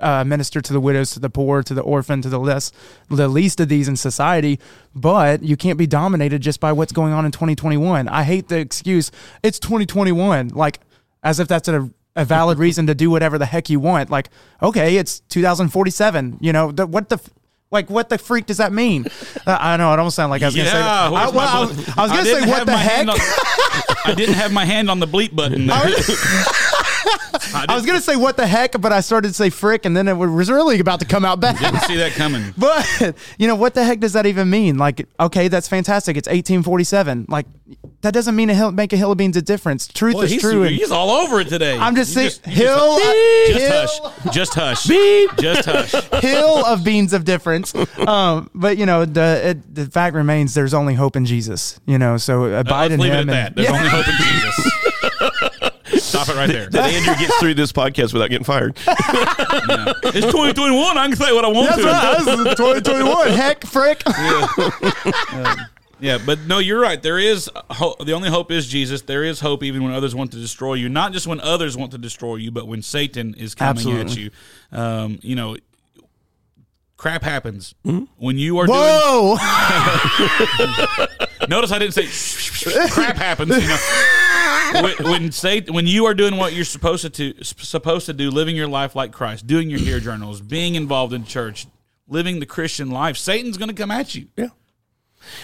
[SPEAKER 6] uh, minister to the widows, to the poor, to the orphan, to the less, the least of these in society. But you can't be dominated just by what's going on in 2021. I hate the excuse. It's 2021, like as if that's a a valid reason to do whatever the heck you want. Like, okay, it's 2047. You know, the, what the. f- Like what the freak does that mean? Uh, I know I don't sound like I was gonna say. I,
[SPEAKER 7] Yeah, where's my
[SPEAKER 6] well, I
[SPEAKER 7] button?
[SPEAKER 6] was- I was gonna
[SPEAKER 7] didn't
[SPEAKER 6] say what
[SPEAKER 7] have
[SPEAKER 6] the
[SPEAKER 7] my
[SPEAKER 6] heck.
[SPEAKER 7] hand on- I didn't have my hand on the bleep button. there.
[SPEAKER 6] I was gonna say what the heck, but I started to say frick, and then it was really about to come out bad.
[SPEAKER 7] Didn't see that coming.
[SPEAKER 6] But you know what the heck does that even mean? Like, okay, that's fantastic. It's 1847. Like, that doesn't mean a hill, make a hill of beans a difference. Truth
[SPEAKER 7] Boy,
[SPEAKER 6] is
[SPEAKER 7] he's,
[SPEAKER 6] true. and-
[SPEAKER 7] he's all over it today.
[SPEAKER 6] I'm just
[SPEAKER 7] You
[SPEAKER 6] saying,
[SPEAKER 7] you just-
[SPEAKER 6] hill,
[SPEAKER 7] Just
[SPEAKER 6] hill,
[SPEAKER 7] hush. Just hush. Just hush.
[SPEAKER 6] hill of beans of difference. Um, but you know, the it, the fact remains, there's only hope in Jesus. You know, so abide
[SPEAKER 7] Let's
[SPEAKER 6] in
[SPEAKER 7] leave it
[SPEAKER 6] Him.
[SPEAKER 7] at that.
[SPEAKER 6] and-
[SPEAKER 7] There's
[SPEAKER 6] Yeah.
[SPEAKER 7] only hope in Jesus. Stop it right there.
[SPEAKER 3] That Andrew gets through this podcast without getting fired.
[SPEAKER 7] No. It's 2021. I can say what I want
[SPEAKER 6] That's
[SPEAKER 7] to.
[SPEAKER 6] right. That was 2021. Heck, frick.
[SPEAKER 7] Yeah, but no, you're right. There is ho the only hope is Jesus. There is hope even when others want to destroy you. Not just when others want to destroy you, but when Satan is coming at
[SPEAKER 6] Absolutely.
[SPEAKER 7] you. Um, you know, crap happens when you are
[SPEAKER 6] Hmm? Whoa.
[SPEAKER 7] doing. Notice I didn't say crap happens. You know. when when, Satan, when you are doing what you're supposed to do- s- supposed to do, living your life like Christ, doing your hair journals, being involved in church, living the Christian life, Satan's going to come at you.
[SPEAKER 3] Yeah.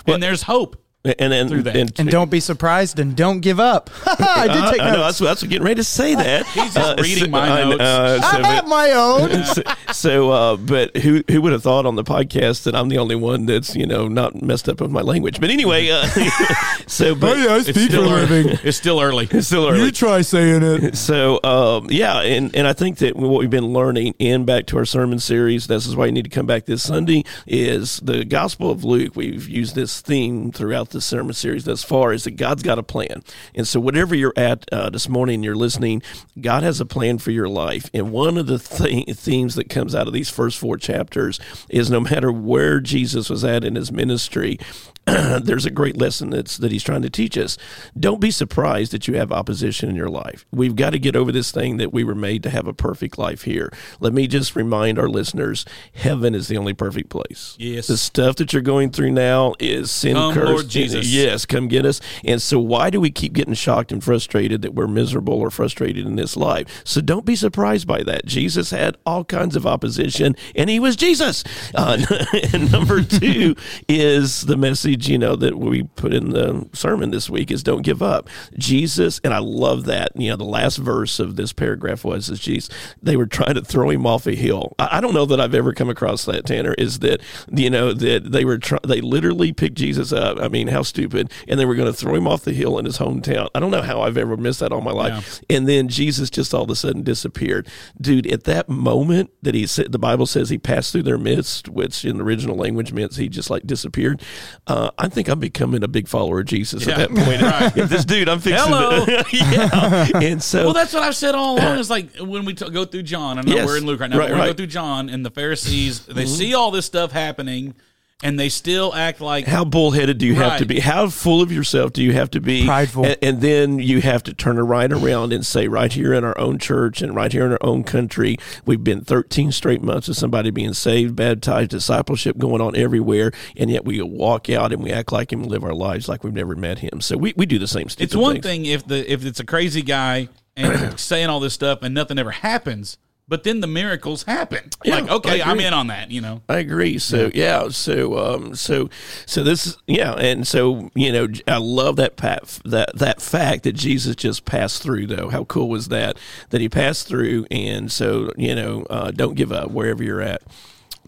[SPEAKER 7] and there's hope.
[SPEAKER 3] And and,
[SPEAKER 7] Through that.
[SPEAKER 6] and don't be surprised and don't give up. I
[SPEAKER 7] Uh,
[SPEAKER 6] did take
[SPEAKER 3] I know,
[SPEAKER 6] notes.
[SPEAKER 3] that's, that's getting ready to say that. Uh, He's
[SPEAKER 7] just reading my notes.
[SPEAKER 6] I'm at my own.
[SPEAKER 3] so, so, uh, but who who would have thought on the podcast that I'm the only one that's you know not messed up with my language? But anyway, uh, so but
[SPEAKER 6] Hey, Oh, I
[SPEAKER 3] it's
[SPEAKER 6] speak
[SPEAKER 3] still
[SPEAKER 6] for a
[SPEAKER 3] early.
[SPEAKER 6] living.
[SPEAKER 7] It's still early.
[SPEAKER 3] It's still early.
[SPEAKER 6] try saying it.
[SPEAKER 3] So um, yeah, and, and I think that what we've been learning and back to our sermon series, this is why you need to come back this Sunday, is the Gospel of Luke. We've used this theme throughout the sermon series thus far, is that God's got a plan. And so whatever you're at uh, this morning, you're listening, God has a plan for your life. And one of the th- themes that comes out of these first four chapters is no matter where Jesus was at in his ministry, there's a great lesson that's that he's trying to teach us. Don't be surprised that you have opposition in your life. We've got to get over this thing that we were made to have a perfect life here. Let me just remind our listeners, heaven is the only perfect place.
[SPEAKER 7] Yes.
[SPEAKER 3] The stuff that you're going through now is sin
[SPEAKER 7] Come,
[SPEAKER 3] cursed.
[SPEAKER 7] Lord Jesus.
[SPEAKER 3] Yes, come get us. And so why do we keep getting shocked and frustrated that we're miserable or frustrated in this life? So don't be surprised by that. Jesus had all kinds of opposition and he was Jesus. Uh, and number two is the message, you know, that we put in the sermon this week is don't give up. Jesus, and I love that, you know, the last verse of this paragraph was is Jesus, they were trying to throw him off a hill. I, I don't know that I've ever come across that, Tanner, is that, you know, that they were, try- they literally picked Jesus up. I mean, insane, how stupid. And they were going to throw him off the hill in his hometown. I don't know how I've ever missed that all my life. And then Jesus just all of a sudden disappeared. Dude, at that moment that he said, the Bible says he passed through their midst, which in the original language means he just like disappeared. Uh, I think I'm becoming a big follower of Jesus
[SPEAKER 7] Yeah.
[SPEAKER 3] at that point. If this dude, I'm fixing
[SPEAKER 7] Hello.
[SPEAKER 3] to- yeah. And so.
[SPEAKER 7] Well, that's what I've said all along. It's like when we t- go through John. I know
[SPEAKER 3] Yes.
[SPEAKER 7] we're in Luke right now. but
[SPEAKER 3] Right,
[SPEAKER 7] we're gonna
[SPEAKER 3] right. Mm-hmm.
[SPEAKER 7] go through John, and the Pharisees they see all this stuff happening, and they still act like
[SPEAKER 3] how bullheaded do you have to
[SPEAKER 7] Right.
[SPEAKER 3] be? How full of yourself do you have to be?
[SPEAKER 6] Prideful.
[SPEAKER 3] And, and then you have to turn it right around and say, right here in our own church and right here in our own country, we've been 13 straight months of somebody being saved, baptized, discipleship going on everywhere. And yet we walk out and we act like him and live our lives like we've never met him. So we, we do the same stupid
[SPEAKER 7] it's one
[SPEAKER 3] things.
[SPEAKER 7] thing if the if it's a crazy guy and saying all this stuff and nothing ever happens, but then the miracles happen.
[SPEAKER 3] Yeah,
[SPEAKER 7] like okay,
[SPEAKER 3] I
[SPEAKER 7] I'm
[SPEAKER 3] agree.
[SPEAKER 7] in on that. You know,
[SPEAKER 3] I agree. So yeah. so um, so so this is- yeah, and so you know, I love that pat, that that fact that Jesus just passed through. Though, how cool was that? That he passed through, and so you know, uh, don't give up wherever you're at.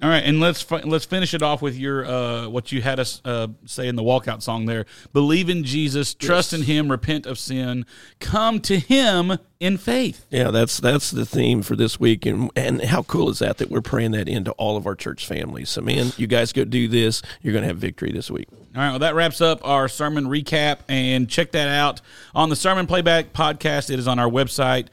[SPEAKER 7] all right, and let's fi- let's finish it off with your uh, what you had us uh, say in the walkout song there. Believe in Jesus, trust in Him, repent of sin, come to Him in faith.
[SPEAKER 3] Yeah, that's that's the theme for this week, and and how cool is that that we're praying that into all of our church families. So man, you guys go do this. You're gonna have victory this week.
[SPEAKER 7] All right, well, that wraps up our sermon recap, and check that out on the Sermon Playback Podcast. It is on our website,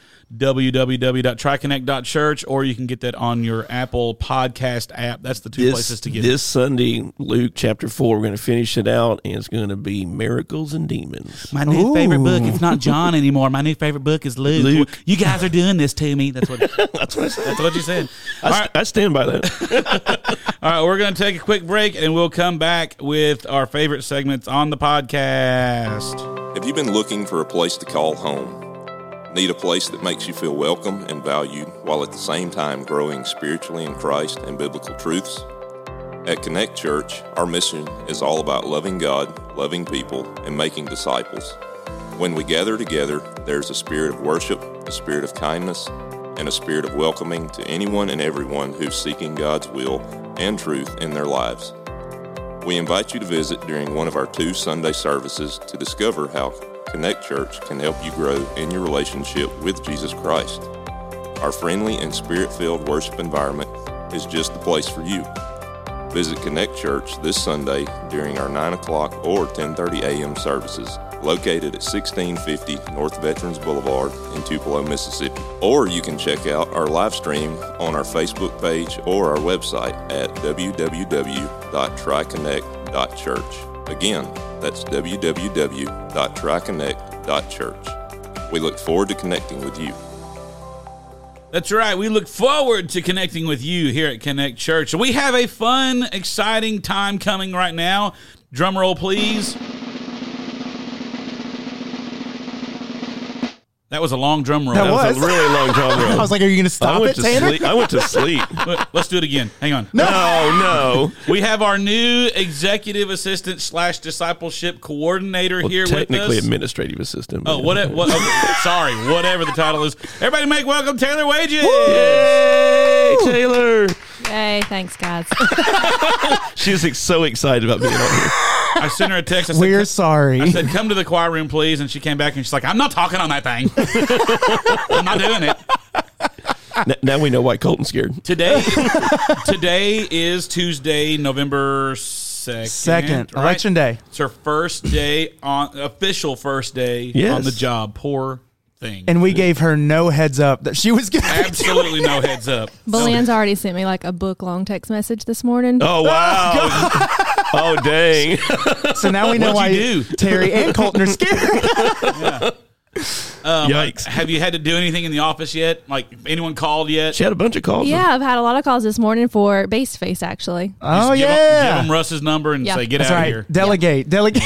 [SPEAKER 7] www.triconnect.church, or you can get that on your Apple Podcast app. That's the two
[SPEAKER 3] This,
[SPEAKER 7] places to get
[SPEAKER 3] this Sunday, Luke chapter four, we're gonna finish it out, and it's gonna be miracles and demons.
[SPEAKER 7] it. My new favorite book, it's not John anymore. My new favorite book is Luke.
[SPEAKER 3] Luke.
[SPEAKER 7] You guys are doing this to me. That's what, that's what, I said. That's what you said.
[SPEAKER 3] I,
[SPEAKER 7] All right,
[SPEAKER 3] I stand by that.
[SPEAKER 7] all right, we're going to take a quick break, and we'll come back with our favorite segments on the podcast.
[SPEAKER 9] Have you been looking for a place to call home? Need a place that makes you feel welcome and valued while at the same time growing spiritually in Christ and biblical truths? At Connect Church, our mission is all about loving God, loving people, and making disciples. When we gather together, there's a spirit of worship, a spirit of kindness, and a spirit of welcoming to anyone and everyone who's seeking God's will and truth in their lives. We invite you to visit during one of our two Sunday services to discover how Connect Church can help you grow in your relationship with Jesus Christ. Our friendly and spirit filled worship environment is just the place for you. Visit Connect Church this Sunday during our 9 o'clock or 10.30 a.m. services located at 1650 North Veterans Boulevard in Tupelo, Mississippi. Or you can check out our live stream on our Facebook page or our website at www.triconnect.church. Again, that's www.triconnect.church. We look forward to connecting with you.
[SPEAKER 7] That's right. We look forward to connecting with you here at Connect Church. We have a fun, exciting time coming right now. Drum roll, please. That was a long drum roll.
[SPEAKER 6] That
[SPEAKER 3] That was,
[SPEAKER 6] was.
[SPEAKER 3] a really long time
[SPEAKER 6] I
[SPEAKER 3] ago.
[SPEAKER 6] was like, are you going to
[SPEAKER 3] I
[SPEAKER 6] stop
[SPEAKER 3] went
[SPEAKER 6] it,
[SPEAKER 3] to
[SPEAKER 6] Tanner?
[SPEAKER 3] sleep. I went to sleep.
[SPEAKER 7] But Let's do it again. Hang on.
[SPEAKER 3] no, no.
[SPEAKER 7] We have our new executive assistant slash discipleship coordinator
[SPEAKER 3] Well,
[SPEAKER 7] here
[SPEAKER 3] technically
[SPEAKER 7] with us.
[SPEAKER 3] administrative assistant.
[SPEAKER 7] Oh, what, what, okay, sorry, whatever the title is. Everybody make welcome Taylor Wages.
[SPEAKER 3] Yay, Taylor!
[SPEAKER 10] Yay, thanks, guys.
[SPEAKER 3] She's ex- so excited about being on here.
[SPEAKER 7] I sent her a text. I said,
[SPEAKER 6] We're sorry.
[SPEAKER 7] I said, "Come to the choir room, please." And she came back and she's like, "I'm not talking on that thing. I'm not doing it
[SPEAKER 3] N- now we know why Colton's scared.
[SPEAKER 7] today." today is Tuesday, November second.
[SPEAKER 6] Second, election day.
[SPEAKER 7] It's her first day on official first day
[SPEAKER 3] Yes.
[SPEAKER 7] on the job. Poor thing.
[SPEAKER 6] And we gave her no heads up that she was going to.
[SPEAKER 7] absolutely no heads up.
[SPEAKER 10] Belen's already sent me like a book long text message this morning.
[SPEAKER 3] Oh wow! Oh, dang!
[SPEAKER 6] So now we know why
[SPEAKER 7] What'd you do?
[SPEAKER 6] Terry and Colton are scared.
[SPEAKER 3] Yikes!
[SPEAKER 7] Have you had to do anything in the office yet? Like anyone called yet?
[SPEAKER 3] She had a bunch of calls.
[SPEAKER 10] yeah, I've had a lot of calls this morning for Base Face, actually.
[SPEAKER 6] oh,
[SPEAKER 7] Give 'em- give
[SPEAKER 6] yeah.
[SPEAKER 7] them Russ's number and
[SPEAKER 10] Yeah.
[SPEAKER 7] say, "Get
[SPEAKER 6] That's
[SPEAKER 7] out
[SPEAKER 6] right.
[SPEAKER 7] of here."
[SPEAKER 6] Delegate. Delegate.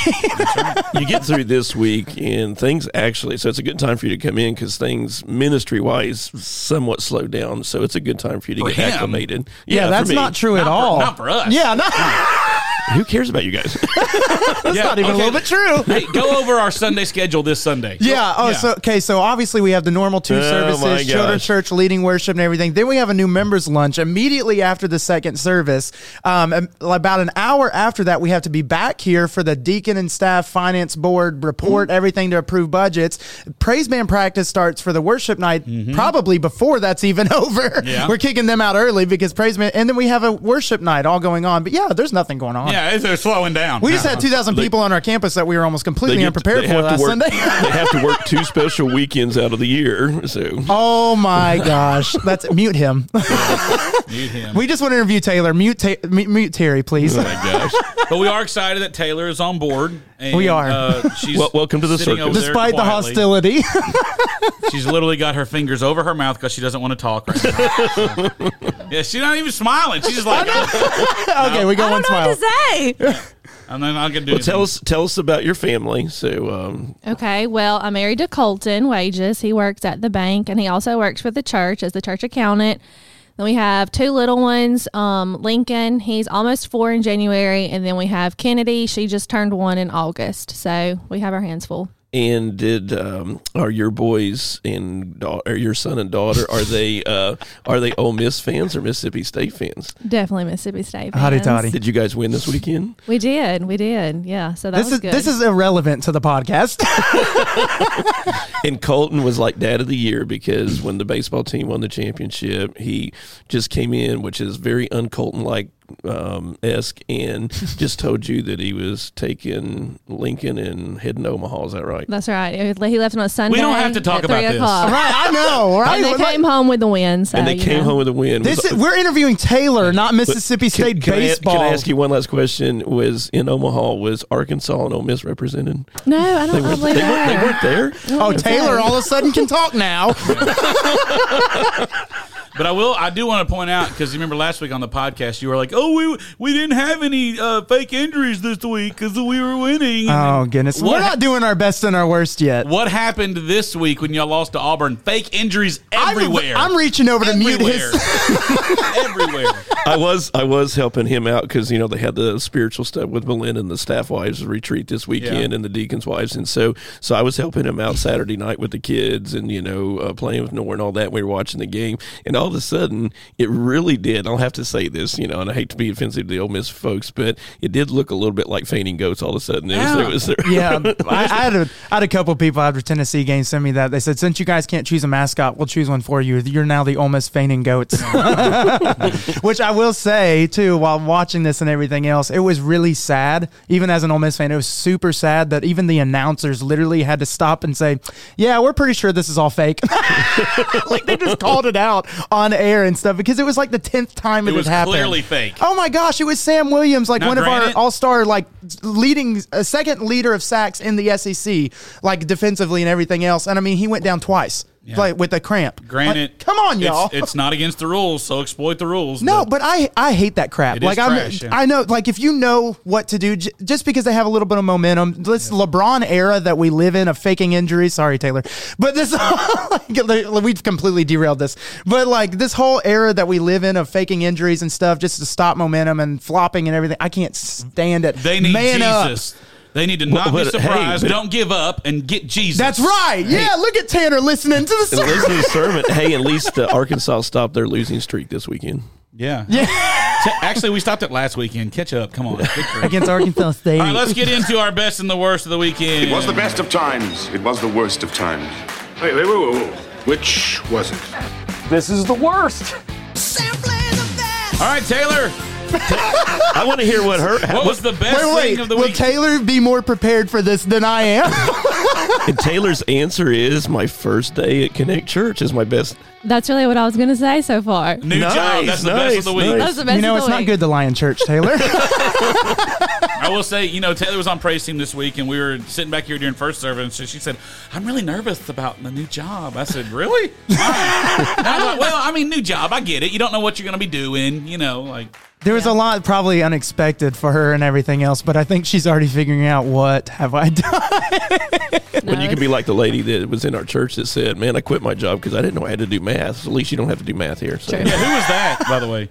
[SPEAKER 3] you get through this week and things actually so it's a good time for you to come in because things ministry wise somewhat slowed down so it's a good time for you to
[SPEAKER 7] For
[SPEAKER 3] get
[SPEAKER 7] him?
[SPEAKER 3] acclimated
[SPEAKER 6] Yeah,
[SPEAKER 3] for
[SPEAKER 6] that's
[SPEAKER 3] me.
[SPEAKER 6] not true at
[SPEAKER 7] Not for-
[SPEAKER 6] all.
[SPEAKER 7] not for us.
[SPEAKER 6] Yeah, not.
[SPEAKER 3] Who cares about you guys?
[SPEAKER 7] That's
[SPEAKER 6] not even a little bit true.
[SPEAKER 7] Hey, go over our Sunday schedule this Sunday.
[SPEAKER 6] Yeah. Oh, so okay. So obviously we have the normal two
[SPEAKER 3] Oh, my
[SPEAKER 6] services, children's
[SPEAKER 3] gosh.
[SPEAKER 6] church, leading worship, and everything. Then we have a new members lunch immediately after the second service. Um, and about an hour after that, we have to be back here for the deacon and staff finance board report,
[SPEAKER 3] Mm.
[SPEAKER 6] everything to approve budgets. Praise band practice starts for the worship night
[SPEAKER 3] Mm-hmm.
[SPEAKER 6] probably before that's even over.
[SPEAKER 7] Yeah.
[SPEAKER 6] We're kicking them out early because praise band, and then we have a worship night all going on. But yeah, there's nothing going on.
[SPEAKER 7] Yeah, it's, it's slowing down.
[SPEAKER 6] We just had 2,000 people on our campus that we were almost completely
[SPEAKER 3] get-
[SPEAKER 6] unprepared
[SPEAKER 3] Uh, they
[SPEAKER 6] for
[SPEAKER 3] have to
[SPEAKER 6] last
[SPEAKER 3] work-
[SPEAKER 6] Sunday.
[SPEAKER 3] they have to work two special weekends out of the year. So
[SPEAKER 6] Oh my gosh, that's mute him. we just want to interview Taylor. Mute, ta- mute, mute Terry, please.
[SPEAKER 3] gosh.
[SPEAKER 7] but we are excited that Taylor is on board. And,
[SPEAKER 6] We are.
[SPEAKER 7] Uh, she's
[SPEAKER 3] Well, welcome to the
[SPEAKER 7] sitting
[SPEAKER 3] circus.
[SPEAKER 7] over there
[SPEAKER 6] Despite the
[SPEAKER 7] quietly.
[SPEAKER 6] hostility,
[SPEAKER 7] she's literally got her fingers over her mouth because she doesn't want to talk right now. yeah, she's not even smiling. She's just like,
[SPEAKER 6] okay, we
[SPEAKER 10] I
[SPEAKER 6] got
[SPEAKER 10] don't
[SPEAKER 6] one
[SPEAKER 10] know
[SPEAKER 6] smile.
[SPEAKER 10] what to say.
[SPEAKER 7] I'm not going to do
[SPEAKER 3] well, tell
[SPEAKER 7] anything.
[SPEAKER 3] us tell us about your family. So um,
[SPEAKER 10] Okay, well, I'm married to Colton Wages. He works at the bank and he also works for the church as the church accountant. Then we have two little ones um, Lincoln, he's almost four in January. And then we have Kennedy, she just turned one in August. So we have our hands full.
[SPEAKER 3] and did um, are your boys and da- or your son and daughter are they uh, are they Ole Miss fans or Mississippi State fans?
[SPEAKER 10] Definitely Mississippi State.
[SPEAKER 6] Hotty
[SPEAKER 10] fans.
[SPEAKER 6] toddy.
[SPEAKER 3] Did you guys win this weekend?
[SPEAKER 10] We did. We did. Yeah. So that
[SPEAKER 6] This
[SPEAKER 10] was
[SPEAKER 6] is
[SPEAKER 10] good.
[SPEAKER 6] this is irrelevant to the podcast.
[SPEAKER 3] And Colton was like dad of the year because when the baseball team won the championship, he just came in, which is very uncolton like um, esque, and just told you that he was taking Lincoln and heading to Omaha. Is that right?
[SPEAKER 10] That's right. It was- He left on a Sunday.
[SPEAKER 7] have to talk
[SPEAKER 10] at 3
[SPEAKER 7] about this.
[SPEAKER 10] o'clock.
[SPEAKER 6] I know, right?
[SPEAKER 10] And they
[SPEAKER 6] We're like-
[SPEAKER 10] came home with the win. So,
[SPEAKER 3] and they
[SPEAKER 10] you
[SPEAKER 3] came
[SPEAKER 10] know.
[SPEAKER 3] home with a win.
[SPEAKER 6] this
[SPEAKER 3] Was-
[SPEAKER 6] is, we're interviewing Taylor, not
[SPEAKER 3] but
[SPEAKER 6] Mississippi
[SPEAKER 3] can-
[SPEAKER 6] State
[SPEAKER 3] can I-
[SPEAKER 6] baseball.
[SPEAKER 3] can I ask you one last question? Was in Omaha was Arkansas and Ole Miss represented?
[SPEAKER 10] No, I
[SPEAKER 3] They
[SPEAKER 10] don't
[SPEAKER 3] weren't,
[SPEAKER 10] believe
[SPEAKER 3] they weren't, they
[SPEAKER 10] that.
[SPEAKER 3] weren't there.
[SPEAKER 6] oh, Taylor all of a sudden can talk now.
[SPEAKER 7] But I will. I do want to point out because you remember last week on the podcast, you were like, "Oh, we we didn't have any uh, fake injuries this week because we were winning."
[SPEAKER 6] oh goodness,
[SPEAKER 7] What
[SPEAKER 6] we're not doing our best and our worst yet.
[SPEAKER 7] What happened this week when y'all lost to Auburn? Fake injuries
[SPEAKER 6] I'm-
[SPEAKER 7] everywhere.
[SPEAKER 6] I'm, reaching over to mute
[SPEAKER 7] everywhere.
[SPEAKER 6] his.
[SPEAKER 7] everywhere.
[SPEAKER 3] I was I was helping him out because you know they had the spiritual stuff with Melinda and the staff wives retreat this weekend
[SPEAKER 7] Yeah.
[SPEAKER 3] and the deacons wives and so so I was helping him out Saturday night with the kids and you know uh, playing with Nora and all that. We were watching the game and all of a sudden it really did. I'll have to say this, you know, and I hate to be offensive to the Ole Miss folks, but it did look a little bit like fainting goats. All of a sudden, it was,
[SPEAKER 7] Yeah.
[SPEAKER 3] it was there.
[SPEAKER 6] yeah, I, I had a I had a couple people after Tennessee game send me that. They said since you guys can't choose a mascot, we'll choose one for you. You're now the Ole Miss fainting goats. Which I will say too, while watching this and everything else, it was really sad. Even as an Ole Miss fan, it was super sad that even the announcers literally had to stop and say, "Yeah, we're pretty sure this is all fake." like they just called it out on air and stuff because it was like the tenth time it,
[SPEAKER 7] It was
[SPEAKER 6] had happened.
[SPEAKER 7] clearly fake.
[SPEAKER 6] Oh my gosh, it was Sam Williams, like
[SPEAKER 7] Now,
[SPEAKER 6] one of
[SPEAKER 7] granted-
[SPEAKER 6] our all star, like leading, uh, second leader of sacks in the SEC, like defensively and everything else. And I mean, he went down twice, like with a cramp.
[SPEAKER 7] Granted,
[SPEAKER 6] Like, come on,
[SPEAKER 7] it's-
[SPEAKER 6] y'all.
[SPEAKER 7] It's, not against the rules, so exploit the rules.
[SPEAKER 6] no, but I I hate that crap.
[SPEAKER 7] It is
[SPEAKER 6] like I'm,
[SPEAKER 7] trash, yeah.
[SPEAKER 6] I know, like if you know what to do, j- just because they have a little bit of momentum, this LeBron era that we live in of faking injuries. Sorry, Taylor, but this like, we've completely derailed this. But like this whole era that we live in of faking injuries and stuff, just to stop momentum and flopping and everything, I can't stand it.
[SPEAKER 7] they need
[SPEAKER 6] Man up.
[SPEAKER 7] Jesus. They need to not
[SPEAKER 3] Well,
[SPEAKER 7] be
[SPEAKER 3] but, hey,
[SPEAKER 7] surprised.
[SPEAKER 3] but-
[SPEAKER 7] Don't give up and get Jesus.
[SPEAKER 6] That's right. Yeah, look at Tanner listening to the.
[SPEAKER 3] And
[SPEAKER 6] sermon.
[SPEAKER 3] listen to the sermon. Hey, at least uh, Arkansas stopped their losing streak this weekend.
[SPEAKER 7] Yeah. Yeah. Actually, we stopped it last weekend. Catch up. Come on. Victory.
[SPEAKER 6] Against Arkansas State.
[SPEAKER 7] All right, let's get into our best and the worst of the weekend.
[SPEAKER 8] It was the best of times. It was the worst of times.
[SPEAKER 5] Wait, wait, wait, wait, wait. Which was it?
[SPEAKER 4] This is the worst.
[SPEAKER 7] All right, Taylor,
[SPEAKER 3] I want to hear what her.
[SPEAKER 7] what was the best
[SPEAKER 6] Wait,
[SPEAKER 7] thing
[SPEAKER 6] wait.
[SPEAKER 7] of the
[SPEAKER 6] Will
[SPEAKER 7] week?
[SPEAKER 6] Taylor be more prepared for this than I am?
[SPEAKER 3] And Taylor's answer is my first day at Connect Church is my best.
[SPEAKER 10] That's really what I was going to say so far.
[SPEAKER 7] New
[SPEAKER 3] Nice,
[SPEAKER 7] job. That's the best of the
[SPEAKER 3] nice,
[SPEAKER 7] week.
[SPEAKER 3] nice.
[SPEAKER 10] That was the best
[SPEAKER 6] you know,
[SPEAKER 10] of
[SPEAKER 6] it's
[SPEAKER 10] the
[SPEAKER 6] not
[SPEAKER 10] week.
[SPEAKER 6] good to lie in church, Taylor.
[SPEAKER 7] I will say, you know, Taylor was on praise team this week, and we were sitting back here during first service, and so she said, "I'm really nervous about the new job." I said, "Really?" Why?" And I was like, well, I mean, new job. I get it. You don't know what you're going to be doing. You know, like
[SPEAKER 6] There was a lot probably unexpected for her and everything else, but I think she's already figuring out what have I done.
[SPEAKER 10] No,
[SPEAKER 3] You could be like the lady that was in our church that said, "Man, I quit my job because I didn't know I had to do math." At least you don't have to do math here. So.
[SPEAKER 10] True.
[SPEAKER 7] who was that, by the way?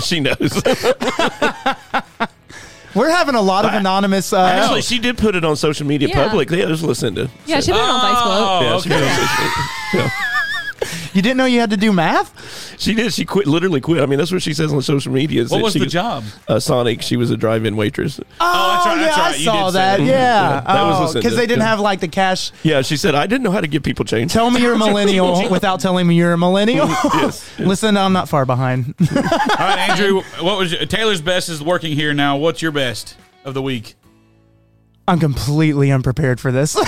[SPEAKER 3] she knows.
[SPEAKER 6] We're having a lot of anonymous. Uh,
[SPEAKER 3] Actually, she did put it on social media
[SPEAKER 10] Yeah.
[SPEAKER 3] publicly. I was listening to.
[SPEAKER 10] Yeah, she put it on Facebook.
[SPEAKER 3] Yeah,
[SPEAKER 7] Oh,
[SPEAKER 3] she, put it on
[SPEAKER 7] okay.
[SPEAKER 3] social media. Yeah.
[SPEAKER 6] you didn't know you had to do math?
[SPEAKER 3] she did. She quit. Literally quit. I mean, that's what she says on social media. Is
[SPEAKER 7] What
[SPEAKER 3] that
[SPEAKER 7] was
[SPEAKER 3] she
[SPEAKER 7] the job?
[SPEAKER 3] Uh, Sonic. She was a drive-in waitress.
[SPEAKER 7] Oh, that's right,
[SPEAKER 6] Oh, yeah,
[SPEAKER 7] that's
[SPEAKER 6] I
[SPEAKER 7] right. You
[SPEAKER 6] saw
[SPEAKER 7] did say
[SPEAKER 6] that.
[SPEAKER 7] that.
[SPEAKER 6] Yeah,
[SPEAKER 3] Yeah, that was listened
[SPEAKER 6] because
[SPEAKER 3] to.
[SPEAKER 6] they didn't
[SPEAKER 3] Yeah.
[SPEAKER 6] have like the cash.
[SPEAKER 3] Yeah, she said I didn't know how to give people change.
[SPEAKER 6] Tell me you're a millennial without telling me you're a millennial. Listen, I'm not far behind.
[SPEAKER 7] All right, Andrew, what was your, Taylor's best is working here now. What's your best of the week?
[SPEAKER 6] I'm completely unprepared for this.
[SPEAKER 7] Oh,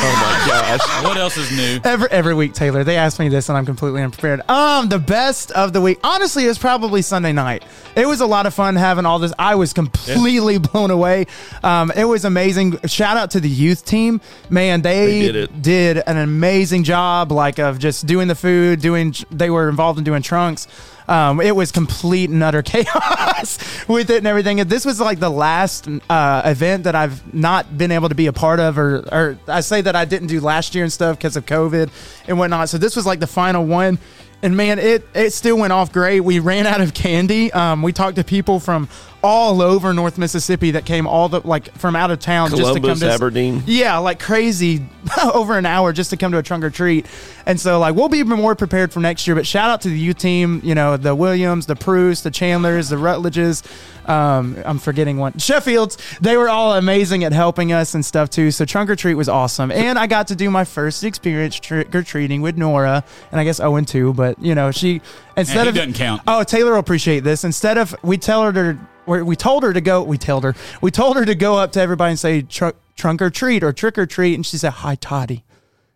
[SPEAKER 7] What else is new?
[SPEAKER 6] every every week, Taylor. They ask me this, and I'm completely unprepared. Um, the best of the week, honestly, is probably Sunday night. It was a lot of fun having all this. I was completely blown away. Um, it was amazing. Shout out to the youth team, man. They,
[SPEAKER 3] They did it.
[SPEAKER 6] did an amazing job, like of just doing the food, doing. They were involved in doing trunks. Um, it was complete and utter chaos with it and everything. And This was like the last uh, event that I've not been able to be a part of, or, or I say that I didn't do last year and stuff because of COVID and whatnot. So this was like the final one. And man, it, it still went off great. We ran out of candy. Um, we talked to people from all over North Mississippi that came all the like from out of town just to come
[SPEAKER 3] Columbus,
[SPEAKER 6] to
[SPEAKER 3] Aberdeen.
[SPEAKER 6] yeah, like crazy over an hour just to come to a trunk or treat. And so like we'll be more prepared for next year. But shout out to the youth team, you know, the Williams, the Proust, the Chandlers, the Rutledges. Um, I'm forgetting one. Sheffields. They were all amazing at helping us and stuff too. So trunk or treat was awesome. And I got to do my first experience trick or treating with Nora and I guess Owen too, but you know, she instead
[SPEAKER 7] he
[SPEAKER 6] of
[SPEAKER 7] doesn't count.
[SPEAKER 6] Oh, Taylor will appreciate this. Instead of we tell her to, we we told her to go. We told her we told her to go up to everybody and say "Tru- trunk or treat or trick or treat, and she said hi Toddy.